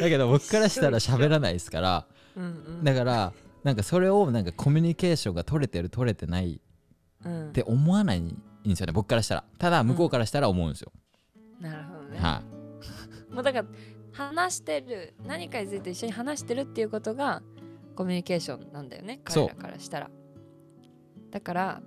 S1: だけど僕からしたら喋らないですから
S2: うんうん
S1: だからなんかそれをなんかコミュニケーションが取れてる取れてない
S2: うん
S1: って思わないんですよね僕からしたらただ向こうからしたら思うんですよ、
S2: なるほどね、
S1: は
S2: もうだから話してる何かについて一緒に話してるっていうことがコミュニケーションなんだよね
S1: そ
S2: 彼
S1: う
S2: らからしたらだから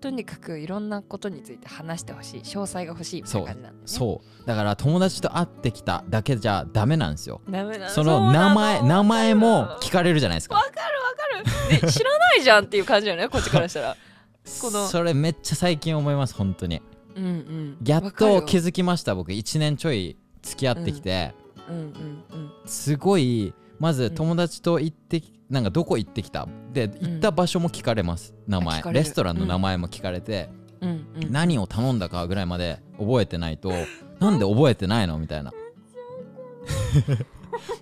S2: とにかくいろんなことについて話してほしい詳細が欲しいみたいな感じなんだよね
S1: いそうだから友達と会ってきただけじゃダメなんですよ
S2: ダメな
S1: その名前名前も聞
S2: 聞
S1: かれるじゃないですか
S2: くで知らないじゃんっていう感じだ
S1: [LAUGHS]
S2: よねこっちからしたらこの
S1: それめっちゃ最近思います本当に
S2: うんうん
S1: やっと気
S2: 傷
S1: づきました僕1年ちょい付き合ってきて、
S2: うんうんうん
S1: すごいま
S2: う
S1: ず
S2: ん
S1: 友達と行ってきなんかどこ行ってきたで行った場所も聞かれます、名
S2: あ聞
S1: 前
S2: かれ
S1: レ
S2: る
S1: ストランの名前も聞かれて、
S2: うんうん
S1: 何を頼んだかぐらいまで覚えてないとなんで覚えてないのみたいな。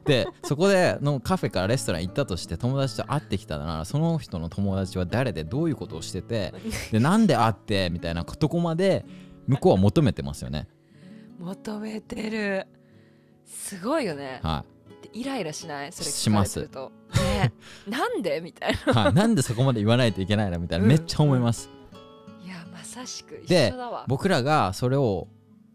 S1: でそこでのカフェからレストラン行ったとして友達と会ってきたならその人の友達は誰でどういうことをしててでなんで会ってみたいなとこまで向こうは求めてますよね。
S2: [LAUGHS] 求めてるすごいよね
S1: は
S2: ってイライラしないそれ
S1: します、
S2: 聞かれてると、ね、なんでみたいない
S1: [LAUGHS] はい、なんでそこまで言わないといけないのみたいなめっちゃ思います。
S2: いやまさしく一
S1: で
S2: 緒だわ
S1: 僕らがそれを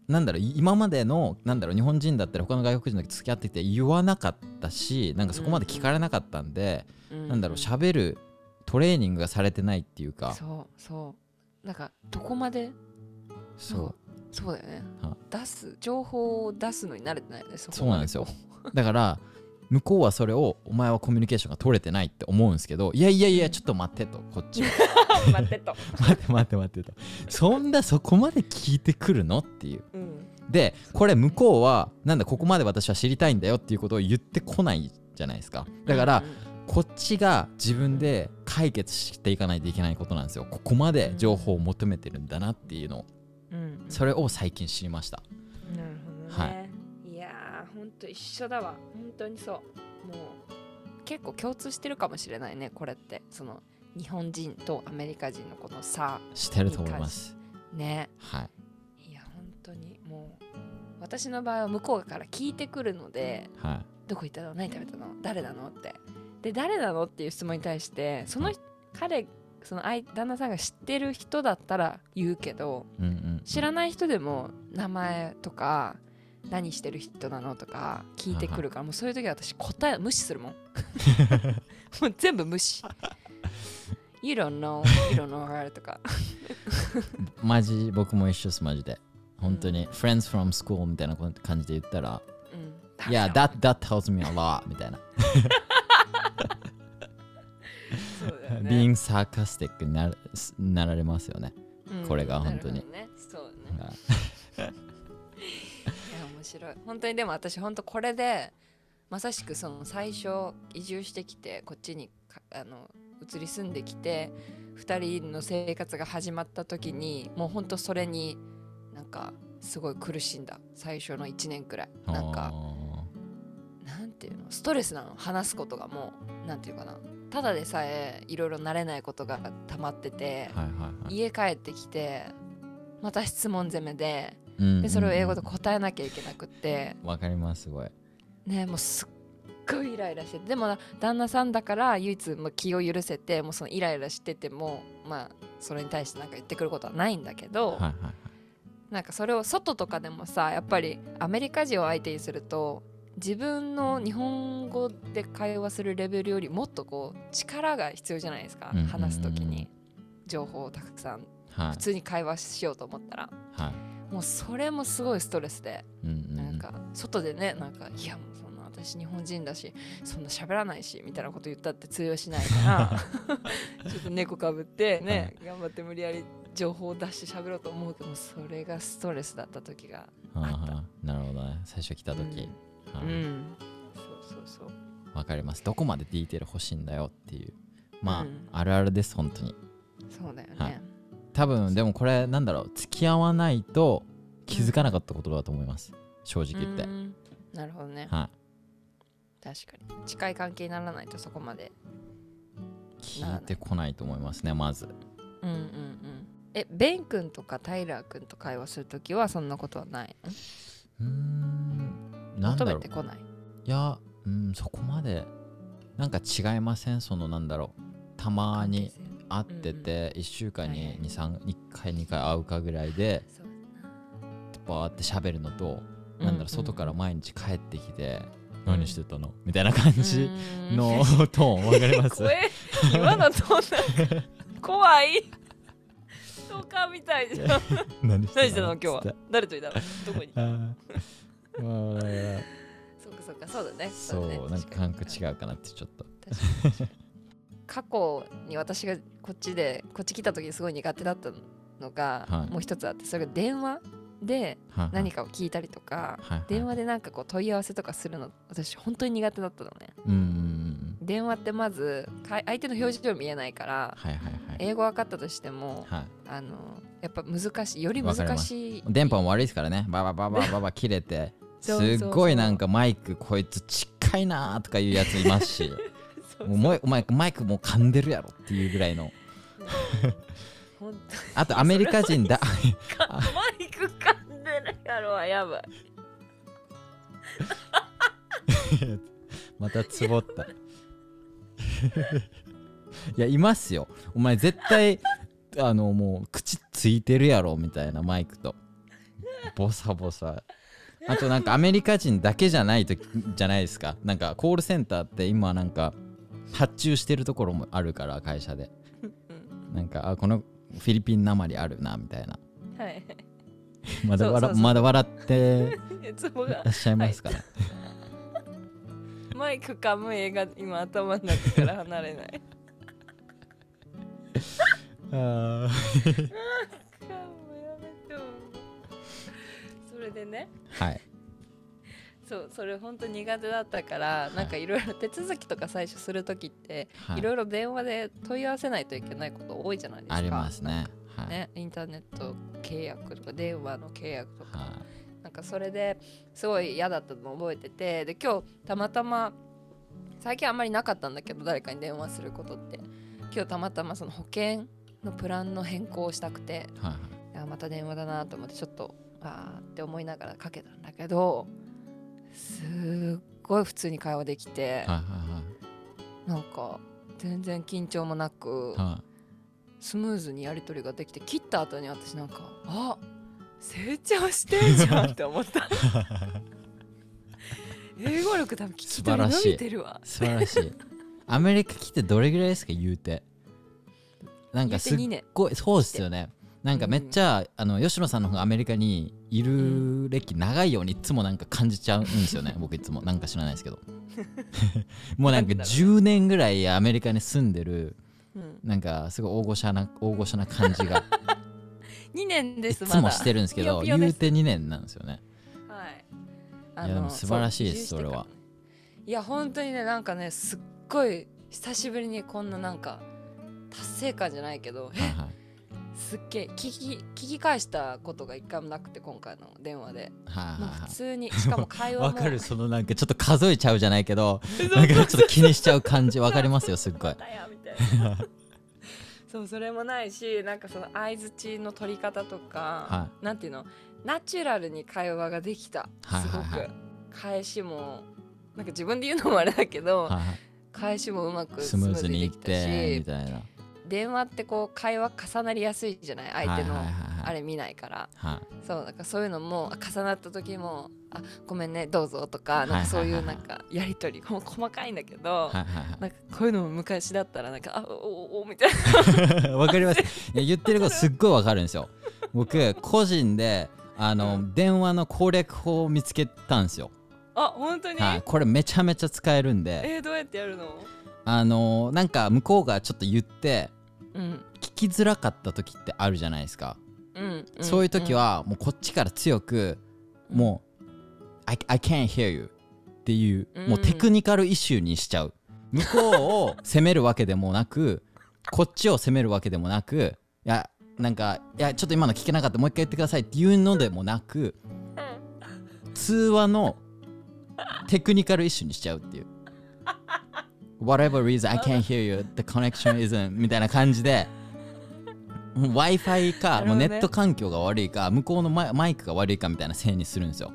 S1: なんだろうい今までのなんだろう日本人だったり他の外国人と付き合ってきて言わなかったしなんかそこまで聞かれなかったんで、なんだろう
S2: ャ
S1: 喋るトレーニングがされてないっていうか
S2: そうそうなんかどこまで
S1: そ
S2: なん
S1: う
S2: かそうだよね
S1: は
S2: 出す情報を出すのに慣れてないよねそこ
S1: そうなんですよだから向こうはそれをお前はコミュニケーションが取れてないって思うんですけどいやいやいうや
S2: ん
S1: ちょっと待ってとこっちは
S2: [LAUGHS]
S1: [LAUGHS]
S2: 待ってと、
S1: 待って待って待ってとそんなそこまで聞いてくるのっていう
S2: うん、
S1: でこれ向こうはなんだここまで私は知りたいんだよっていうことを言ってこないじゃないですか [LAUGHS] だから、こっちが自分で解決していかないといけないことなんですよここまで情報を求めてるんだなっていうのを
S2: うんうん
S1: それを最近知りました
S2: なるほどね、、
S1: はい
S2: やーほんと一緒だわ本当にそうもう結構共通してるかもしれないねこれってその日本人とアメリカ人のこの差
S1: してると思います
S2: ね
S1: はい
S2: いや本当にもう私の場合は向こうから聞いてくるので
S1: は
S2: どこ行ったの何食べたの誰なのってで誰なのっていう質問に対してその彼その相旦那さんが知ってる人だったら言うけど
S1: いうんうん
S2: 知らない人でも名前とか何してる人なのとか聞いてくるからもうそういう時は私答え無視する
S1: [LAUGHS]
S2: もんもう全部無視 You don't know you don't know her とか
S1: マジ僕も一緒ですマジで本当に、Friends from school みたいな感じで言ったら「
S2: うん
S1: いや、that, that tells me a lot」みたいな、
S2: そうだよ [LAUGHS] ね
S1: being sarcastic になるなられますよね、
S2: うん
S1: これが本当に
S2: なるほどねそうだね
S1: はい
S2: いや面白い本当にでも私本当これでまさしくその最初移住してきてこっちにかあの移り住んできて2人の生活が始まった時にもう本当それになんかすごい苦しんだ最初の1年くらいなんかなんていうのストレスなの話すことがもうなんていうかなただでさえいろいろ慣れないことが溜まってて
S1: あーはいはいはい
S2: 家帰ってきてまた質問攻めで
S1: うんうんうん
S2: でそれを英語で答えなきゃいけなくって
S1: わかりますすごい
S2: ねもうすっごいイライラしててでもな旦那さんだから唯一、まあ、気を許せてもうそのイライラしててもまあそれに対してなんか言ってくることはないんだけど、
S1: はいはいはい
S2: なんかそれを外とかでもさやっぱりアメリカ人を相手にすると自分の日本語で会話するレベルよりもっとこう力が必要じゃないですか、
S1: うんうんうん
S2: 話す時に情報をたくさん
S1: は
S2: 普通に会話しようと思ったら、
S1: いはい
S2: もうそれもすごいストレスで、
S1: うんうんう
S2: なん
S1: ん
S2: か外でねなんかいやもうそんな私日本人だしそんな喋らないしみたいなこと言ったって通用しないから
S1: [LAUGHS]
S2: ちょっと猫かぶってね、頑張って無理やり情報を出して喋ろうと思うけどそれがストレスだった時が
S1: はあはあなるほどね最初来た時は
S2: う
S1: い
S2: ん、そうそうそう
S1: わかりますどこまでディテール欲しいんだよっていうまあ
S2: うん
S1: あるあるです本当に
S2: そうだよね、
S1: はい多分でもこれなんだろう付き合わないと気づかなかったことだと思います正直言って
S2: うんなるほどね
S1: は
S2: 確かに近い関係にならないとそこまで
S1: い聞いてこないと思いますねまず
S2: うんうんうんえベン君とかタイラー君と会話する時はそんなことはないう
S1: ーんなん
S2: 求
S1: だ
S2: め
S1: ろう
S2: てこない
S1: いやうんそこまでなんか違いませんそのなんだろうたまに
S2: 関係性
S1: 会ってて1週間
S2: はいは
S1: に
S2: い
S1: 1回2回会うかぐらいで
S2: そうだな
S1: バーって喋るのとなんだろう外から毎日帰ってきて
S2: うん
S1: 何してたのみたいな感じのトーンわかります
S2: 怖え今のと怖いストーカーみたいじゃん
S1: 何
S2: 何してたの今日は
S1: つって
S2: 誰といたのどこに
S1: あーまあ俺は
S2: そっかそっかそうだね
S1: そう
S2: だね
S1: なんか感
S2: 確
S1: 覚
S2: に
S1: 違うかなってちょっと
S2: 過去に私がこっちでこっち来た時にすごい苦手だったのが、
S1: はい
S2: もう一つあってそれが電話で
S1: はいはい
S2: 何かを聞いたりとか、
S1: はいはい
S2: 電話でなんかこう問い合わせとかするの私本当に苦手だったのね
S1: うんうんうん
S2: 電話ってまずか相手の表情見えないから
S1: はいはいはい
S2: 英語分かったとしても
S1: はい
S2: あのやっぱ難しいより
S1: わかりま
S2: 難
S1: す
S2: しい
S1: 電波も悪いですからねババババババ切れてす
S2: そうそうそう
S1: っごいなんかマイクこいつ近いなーとかいうやついますし
S2: そう
S1: もうもうお前マイクもう噛んでるやろっていうぐらいの
S2: 本
S1: あとアメリカ人だ
S2: 当かマイク噛んでるやろはやばい
S1: [LAUGHS] またつぼった [LAUGHS] いやいますよお前絶対あのもう口ついてるやろみたいなマイクとボサボサあとなんかアメリカ人だけじゃないときじゃないですかなんかコールセンターって今なんか発注してるところもあるから会社でなんかあこのフィリピンなまりあるなみたいな
S2: はい
S1: まだ
S2: そうそ
S1: 笑
S2: うそう
S1: まだ笑って
S2: いつも
S1: [LAUGHS]
S2: が
S1: らっしゃいますから、
S2: マイク噛む映画今頭の中から離れない
S1: あ
S2: 噛むやめてそれでね
S1: ーはい
S2: そうそれ本当苦手だったから、
S1: い
S2: なんかいろいろ手続きとか最初する時って、
S1: はい
S2: い、ろいろ電話で問い合わせないといけないこと多いじゃないですか
S1: ありますねはい、
S2: ね、インターネット契約とか電話の契約とか、
S1: は
S2: なんかそれですごい嫌だったのを覚えててで今日たまたま最近あんまりなかったんだけど誰かに電話することって今日たまたまその保険のプランの変更をしたくて
S1: いはい
S2: あまた電話だなと思ってちょっとあーって思いながらかけたんだけどすっごい普通に会話できて、
S1: はいは
S2: なんか全然緊張もなく
S1: いはいは
S2: スムーズにやり取りができて切った後に私
S1: [LAUGHS]
S2: なんかあ成長してんじゃんって思った
S1: [LAUGHS]
S2: 英語力多分聞き取り伸びてるわ
S1: い素晴らし
S2: [LAUGHS]
S1: いアメリカ来てどれぐらいですか言うてなんかすっ
S2: 言うて2年
S1: ごいそうですよねなんかめっちゃ、あの吉野さんの方がアメリカにいうる歴長いようにいつもなんか感じちゃうんです
S2: [LAUGHS]
S1: よね僕いつもなんか知らないですけどもうなんか
S2: なんだろう
S1: 10年ぐらいアメリカに住んでる
S2: うん、
S1: なんかすごい大御所な大御所な感じが
S2: 2年で
S1: い
S2: す
S1: つ
S2: まだ
S1: もしてるんですけど
S2: ピヨピ
S1: 言
S2: ヨで
S1: う
S2: す
S1: て2年なんですよね
S2: はい
S1: いやでも素晴らしいです
S2: う
S1: それは
S2: 移住してからねいや本当にねなんかねすっごい久しぶりにこんななんか達成感じゃないけど
S1: はいはい
S2: すっげえ聞き聞き返したことが一回もなくて今回の電話で
S1: はい
S2: もう
S1: はいは
S2: 普通にしかも会
S1: い [LAUGHS]
S2: 話
S1: わ
S2: も
S1: かる
S2: [LAUGHS]
S1: そのなんかちょっと数えちゃうじゃないけど
S2: そう
S1: なんかちょっと気にしちゃう感じわかりますよす
S2: [LAUGHS]
S1: っごい
S2: またやみたいなそうそれもないしなんかその相づちの取り方とか、
S1: は
S2: なんていうのナチュラルに会話ができた、
S1: はいはいはい
S2: すごく返しもなんか自分で言うのもあれだけど、
S1: はいは
S2: 返しもうまく
S1: い
S2: ス
S1: ス
S2: ム
S1: ム
S2: ー
S1: ー
S2: ズ
S1: ズ
S2: に
S1: に
S2: で
S1: い
S2: き
S1: ったて
S2: し
S1: みたいな
S2: 電話ってこう会話重なりやすいじゃない相手の
S1: はいはいはいはい
S2: あれ見ないから
S1: はい
S2: そうだからそういうのもあ重なった時も「あごめんねどうぞ」とか
S1: い
S2: な
S1: はいはいはい
S2: んかそういうなんかやり取りもう細かいんだけど、
S1: はいはいはい
S2: なんかこういうのも昔だったらなんか「あおおお」みたいな
S1: [LAUGHS] わかります。いや言ってることすっごいわかるんですよ。僕個人であの、電話の攻略法を見つけたんですよ。
S2: あ本当に、
S1: はい、これめちゃめちゃ使えるんで、
S2: えーどうやってやるの
S1: あのなんか向こうがちょっと言って
S2: うん
S1: 聞きづらかった時ってあるじゃないですか。
S2: うん、ん
S1: そういう時、はもうこっちから強く
S2: うん
S1: もう、I, I can't hear you っていう、
S2: うん
S1: もうテクニカルイシューにしちゃう。向こうを責めるわけでもな
S2: [LAUGHS]
S1: く、こっちを責めるわけでもなく、いや、なんか、いや、ちょっと今の聞けなかった、もう一回言ってくださいっていうのでもなく、
S2: うん
S1: 通話のテクニカルイシューにしちゃうっていう。Whatever reason, I can't hear you, the connection isn't みたいな感じで、もう Wi-Fi
S2: な
S1: か、
S2: る
S1: も
S2: ほど
S1: う
S2: ね
S1: ネット環境が悪いか、向こうのマイマイクが悪いかみたいなせいにするんですよ。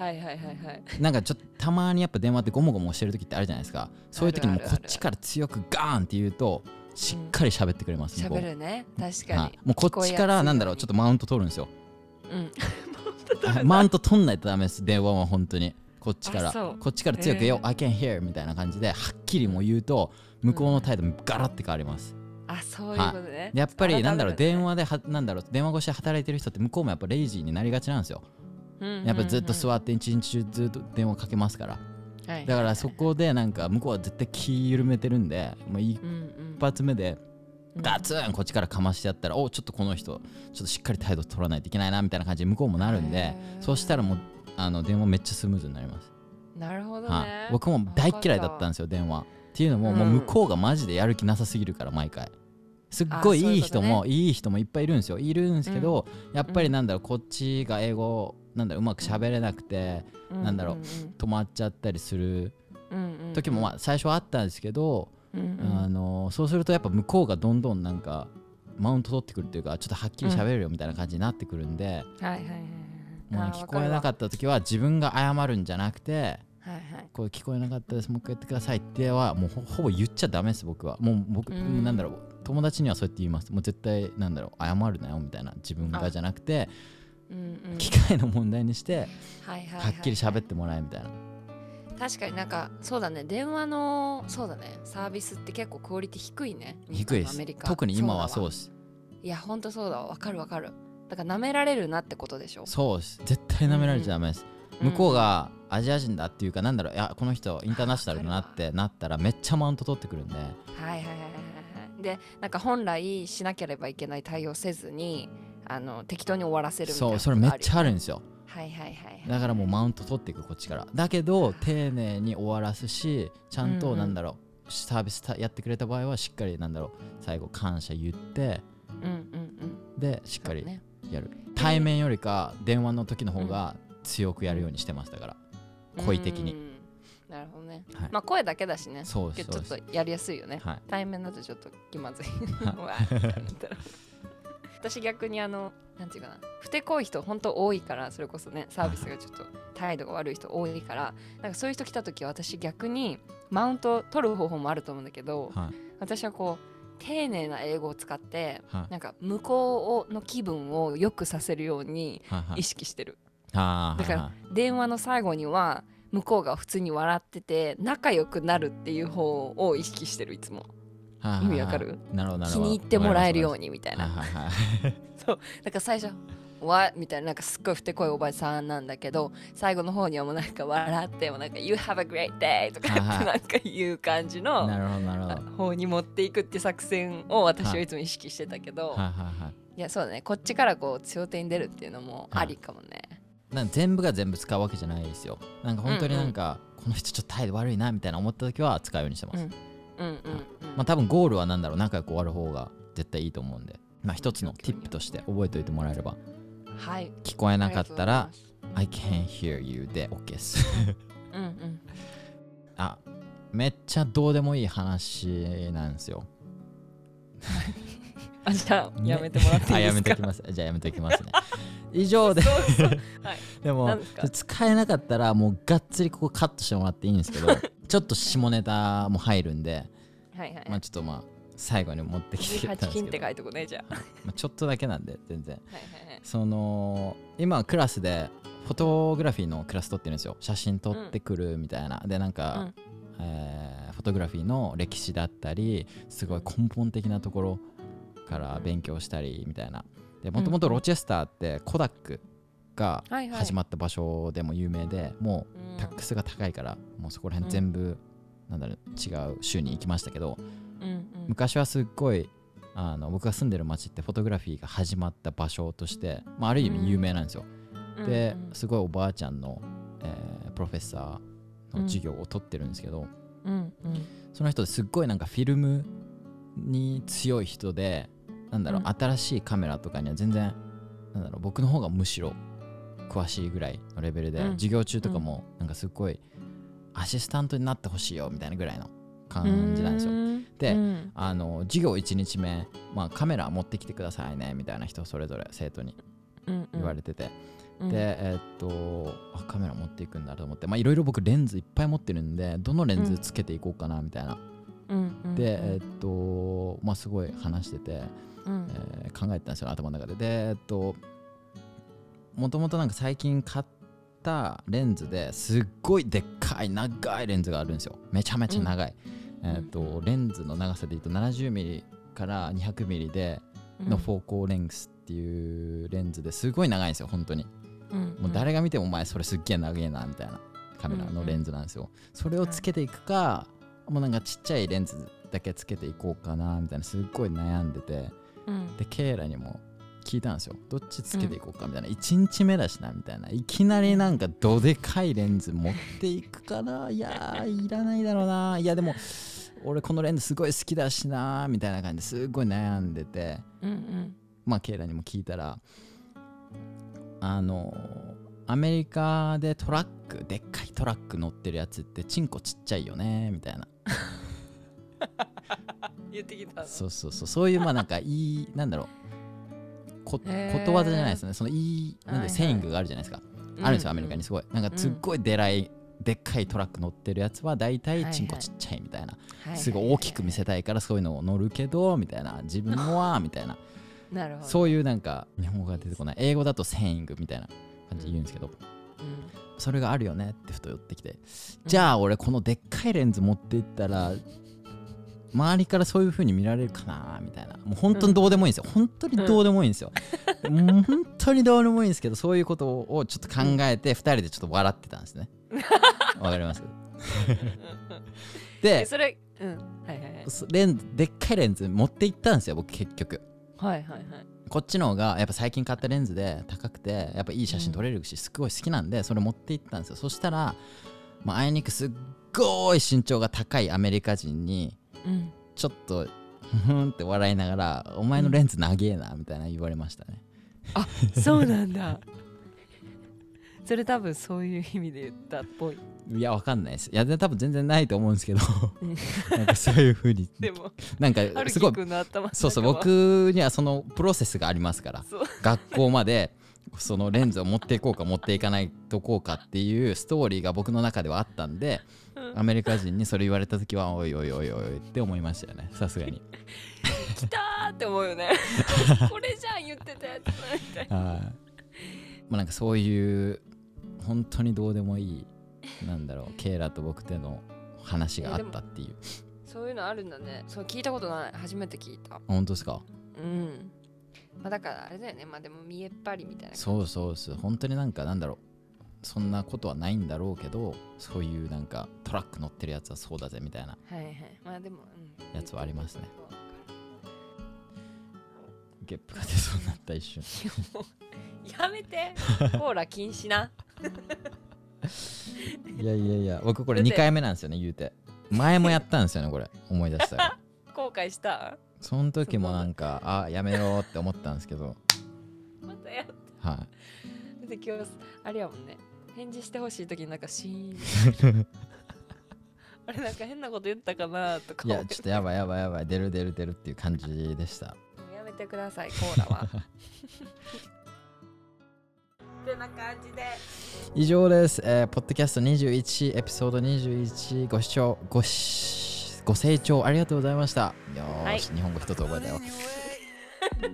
S2: はいはいはいはい
S1: なんかちょっとたまにやっぱ電話ってゴモゴモしてる時ってあるじゃないですかそういう時にも
S2: あるあ
S1: こ
S2: るある
S1: っちから強くガーンって言うとしっかり喋ってくれます、向こう
S2: 喋るね確かに、
S1: はいもうこっちからなんだろうちょっとマウント取るんですよ
S2: と、うん、 [LAUGHS]
S1: はいマウント取んないとダメです電話は本当にこっちか
S2: あ
S1: ら
S2: そう
S1: こっちから強く「
S2: へえ
S1: Yo I can hear」みたいな感じではっきりもう言うと向こうの態度もガラッて変わります、
S2: あそういうことね、
S1: でやっぱりなんだろう
S2: 改めて
S1: 電話ではなんだろう電話越しで働いてる人って向こうもやっぱレイジーになりがちなんですよやっぱずっと
S2: っ
S1: 座って一日中ずっと電話かけますから
S2: て、はい
S1: だからそこでなんか向こうは絶対気緩めてるんでもう一
S2: うんうん
S1: 発目で
S2: うん
S1: ガツンこっちからかましてやったらおちょっとこの人ちょっとしっかり態度取らないといけないなみたいな感じで向こうもなるん
S2: へ
S1: で
S2: ー
S1: そうしたらもうあの電話めっちゃスムーズになります、
S2: なるほどね、
S1: はい、僕も大嫌いだったん
S2: ん
S1: ですよ電話っていうのも、もう
S2: うん
S1: 向こうがマジでやる気なさすぎるから毎回すっごい
S2: あーそう
S1: い
S2: い
S1: いう
S2: こと
S1: 人
S2: ね
S1: もいい人もいっぱいいるんですよいるんですけど、やっぱりなんだろうこっちが英語なんだろううまく喋れなくてなんだろう止まっちゃったりする時も
S2: あ、
S1: まあ最初はあったんですけど、
S2: うんうん
S1: あのそうするとやっぱ向こうがどんどんなんかマウント取ってくるっていうかちょっとはっきり喋るよみたいな感じになってくるんで、
S2: はいはいはいはい
S1: もう
S2: あー
S1: 聞こえなかった時は自分が謝るんじゃなくて
S2: わかるわはいはい
S1: こう聞こえなかったですもう一回言ってくださいってはもうほほぼ言っちゃダメです僕はもう僕、
S2: うん
S1: なんだろう友達にはそうやって言いますもう絶対なんだろう謝るなよみたいな自分
S2: あ
S1: がじゃなくて
S2: うんうん
S1: 機械の問題にして
S2: はいはい
S1: はっきり喋っててもらえみたいな、
S2: 確かになんかそうだね電話のそうだねサービスって結構クオリティ低いね
S1: 低いで
S2: アメ
S1: す
S2: リカ
S1: 特に今はそう
S2: だわ
S1: です
S2: いやほんとそうだわわかるわかるだから舐められるなってことでしょ
S1: そうです絶対舐められちゃダメです、向こうがアジア人だっていうかなんだろういやこの人インターナショナルだなってなったらめっちゃマウント取ってく
S2: [LAUGHS]
S1: るんで
S2: はいはいはいはいはいはいでなんか本来しなければいけない対応せずにあの適当に終わらせるみたい
S1: そ
S2: な
S1: うそれめっちゃあ
S2: る
S1: るんですよ
S2: はいはいはいはい
S1: だからもうマウント取っていくこっちからだけど丁寧に終わらすしちゃん
S2: うんう
S1: と
S2: ん
S1: なんだろうサービスたやってくれた場合はしっかりなんだろう最後感謝言って
S2: うんうんうん
S1: でしっか
S2: そう
S1: り
S2: ね
S1: やる、対面よりか電話の時の方が強くやるようにしてましたから、故意的に
S2: うんなるほどね
S1: はい
S2: まあ声だけだしね
S1: そうで
S2: け
S1: す
S2: ど
S1: そうで
S2: ちょっ
S1: す
S2: とやりやすいよね
S1: はい
S2: 対面だとちょっと気まずい [LAUGHS]
S1: はいう
S2: わーみたいになったら私逆にあのなんていうかな不手こい人本当多いからそれこそねサービスがちょっと態度が悪い人多いからなんかそういう人来た時は私逆にマウント取る方法もあると思うんだけど
S1: はい
S2: 私はこう丁寧な英語を使って
S1: はい
S2: なんか向こうの気分を良くさせるように
S1: はいはい
S2: 意識してる
S1: あー
S2: だから
S1: はい
S2: 電話の最後には向こうが普通に笑ってて仲良くなるっていう方を意識してるいつも
S1: はいはい
S2: 意味わかる
S1: なるほどなる
S2: 気
S1: ほど
S2: に入ってもらえるよう
S1: に
S2: にみた
S1: はいいはい
S2: な
S1: はい
S2: だから最初「わ」みたいななんかすっごいふてこいおばさんなんだけど最後の方にはもうなんか笑ってもなんか「You have a great day」とかって
S1: はいはい
S2: なんか言う感じの
S1: なるほどなるほど。
S2: 方に持っていくって作戦を私はいつも意識してたけど
S1: はいはいはい
S2: やそうだねこっちからこう強手に出るっていうのもありかもね
S1: い。なんか全部が全部使うわけじゃないですよ。なんか本当になんか、この人ちょっと態度悪いなみたいな思った時は使うようにしてます。
S2: うんうんうんうん
S1: まあ多分ゴールはなんだろう仲良く終わる方が絶対いいと思うんで。まあ一つの tip として覚えておいてもらえれば
S2: はい
S1: 聞こえなかったら「
S2: あり
S1: I
S2: がとうござい
S1: can hear you」で OK です [LAUGHS]
S2: ますうんうん
S1: あめっちゃどうでもいい話なんですよ [LAUGHS]
S2: あじゃあやめてもらっていいですか、 [LAUGHS]
S1: あやめときますじゃあやめときますね以上で
S2: そうそうはい
S1: で
S2: な
S1: も
S2: んですか
S1: 使えなかったらもうがっつりここカットしてもらっていいんですけ
S2: [LAUGHS]
S1: どちょっと下ネタも入るんで、
S2: はいはい、
S1: まあ、ちょっとまあ最後に持ってきてたんで
S2: 18
S1: す
S2: 金っ
S1: け [LAUGHS]
S2: て
S1: ど、
S2: 書いとこねじゃあ、
S1: まあ、ちょっとだけなんで全然
S2: はいはいはい、
S1: その今クラスでフォトグラフィーのクラス取ってるんですよ写真撮ってくるみたいな、でなんか、えーフォトグラフィーの歴史だったりすごい根本的なところから勉強したりみたいなでもともとロチェスターってコダックが
S2: はいはい
S1: 始まった場所でも有名でもう
S2: うん
S1: タックスが高いからもうそこら辺全部、なんだろう違う州に行きましたけど
S2: うんうん
S1: 昔はすっごいあの僕が住んでる町ってフォトグラフィーが始まった場所として、まあ、ある意味有名なんですよ。
S2: うん
S1: で
S2: うん
S1: すごいおばあちゃんの、えープロフェッサーの授業を取ってるんですけど、
S2: うんうん
S1: その人すっごいなんかフィルムに強い人でなんだろう、
S2: うん
S1: 新しいカメラとかには全然なんだろう僕の方がむしろ詳しいぐらいのレベルで、
S2: うん
S1: 授業中とかもなんかすっごいアシスタントになってほしいよみたいなぐらいの感じなんですよ。で
S2: うん
S1: あの授業1日目、まあ、カメラ持ってきてくださいねみたいな人それぞれ生徒に
S2: うん
S1: 言われてて、
S2: うん
S1: でえーっとあカメラ持っていくんだと思ってまあいろいろ僕レンズいっぱい持ってるんでどのレンズつけていこうかなみたいな、
S2: うんうん
S1: でえーっとまあすごい話してて、
S2: うん
S1: えー考えてたんですよ頭の中ででえーっともともとなんか最近買ったレンズですっごいでっかい長いレンズがあるんですよめちゃめちゃ長い、
S2: ん
S1: えーっとレンズの長さで言うと 70mm から 200mm でのフォーコーレンクスっていうレンズですごい長いんですよ本当に
S2: うん
S1: もう誰が見てもお前それすっげえ長えなみたいなカメラのレンズなんですよ。それをつけていくか、もうなんかちっちゃいレンズだけつけていこうかなみたいなすっごい悩んでて
S2: うん
S1: でケイラにも聞いたんですよどっちつけていこうかみたいな、1日目だしなみたいないきなりなんかどでかいレンズ持っていくからいやーいらないだろうないやでも俺このレンズすごい好きだしなみたいな感じですっごい悩んでて。
S2: うんうん
S1: まあ、ケイラにも聞いたらあのアメリカでトラックでっかいトラック乗ってるやつってチンコちっちゃいよねみたいな
S2: 言ってきたの
S1: そうそうそうそういうまあなんかいいなんだろうこ
S2: へー
S1: ことわざじゃないですねそのいいなん
S2: はいは
S1: で
S2: い
S1: セイングがあるじゃないですか、あるんですよアメリカにすごいなんかすっごいでらい、でっかいトラック乗ってるやつは大
S2: はい
S1: 体
S2: はい
S1: チンコちっちゃいみたいな、
S2: うん
S1: すごい大きく見せたいからそういうのを乗るけどみたいな自分の
S2: [LAUGHS]
S1: はみたいな
S2: なるほど
S1: そういうなんか日本語が出てこない英語だとセイングみたいな感じで言うんですけど、
S2: うん
S1: それがあるよねってふと寄ってきて、じゃあ俺このでっかいレンズ持っていったら周りからそういう風に見られるかなみたいなもう本当にどうでもいいんですよ、本当にどうでもいいんですよ、もう本当にどうでもいいんですけどそういうことをちょっと考えて2人でちょっと笑ってたんです [LAUGHS] ねわかります
S2: え
S1: で
S2: それうんはいはいはい
S1: レンズでっかいレンズ持っていったんですよ僕結局
S2: はいはいはい
S1: こっちの方がやっぱ最近買ったレンズで高くてやっぱいい写真撮れるしすごい好きなんでそれ持って行ったんですよそしたら、まあ、あいにくすっごい身長が高いアメリカ人に
S2: うん
S1: ちょっとふふんって笑いながら「お前のレンズ長えな」みたいな言われましたね
S2: そうなんだそれ多分そういう意味で言ったっぽい
S1: いやわかんないですいやで多分全然ないと思うんですけど
S2: うん
S1: なんかそういう風に
S2: [LAUGHS] でも
S1: なんか
S2: 春
S1: すご
S2: 樹
S1: い
S2: くんの頭の中は
S1: そうそう僕にはそのプロセスがありますから
S2: そう
S1: 学校までそのレンズを持っていこうか持っていかないとこうかっていうストーリーが僕の中ではあったんで
S2: うん
S1: アメリカ人にそれ言われた時はおいおいおいおいって思いましたよねさすが
S2: [LAUGHS]
S1: に
S2: 来たーって思うよねこれじゃん言ってたやつみたいな
S1: はいまあなんかそういう本当にどうでもいいなんだろうケイラと僕での話があったっていう
S2: そういうのあるんだねそう聞いたことない初めて聞いた
S1: あ本当ですか
S2: うんまあだからあれだよねまあでも見えっぱりみたいな
S1: そうそうそう本当になんかなんだろうそんなことはないんだろうけどそういうなんかトラック乗ってるやつはそうだぜみたいな
S2: はいはいまあでも、うん、
S1: やつはありますね
S2: わか
S1: ゲップが出そうになった一瞬
S2: るやめ
S1: [LAUGHS]
S2: てコーラ禁止ない
S1: やいやいや僕これ
S2: だって
S1: 2回目なんですよね言うて前もやったんですよねこれ思い出した
S2: [LAUGHS]
S1: ら
S2: 後悔した
S1: その時もなんかあやめろって思ったんですけど
S2: またやっ
S1: は
S2: てて今日あれやもんね返事してほしい時になんかシーン
S1: [LAUGHS]
S2: あれなんか変なこと言ったかなとか
S1: いいやちょっとやばいやばいやばい出る出る出るっていう感じでした [LAUGHS]
S2: やめてくださいコーラはてな感じで
S1: 以上です、えーポッドキャスト21エピソード21ご視聴ごしご清聴ありがとうございましたよーし、
S2: はい
S1: 日本語一つ覚えたよ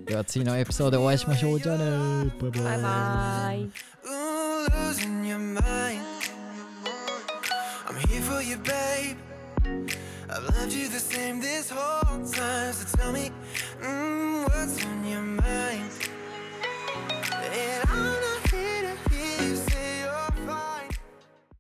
S1: では次のエピソードでお会いしましょうじゃあねーバイバ
S2: バイバーイ
S3: Ooh, losing your mind. I'm here for you, babe. I've loved you the same this whole time. So tell me, mm, what's on your mind?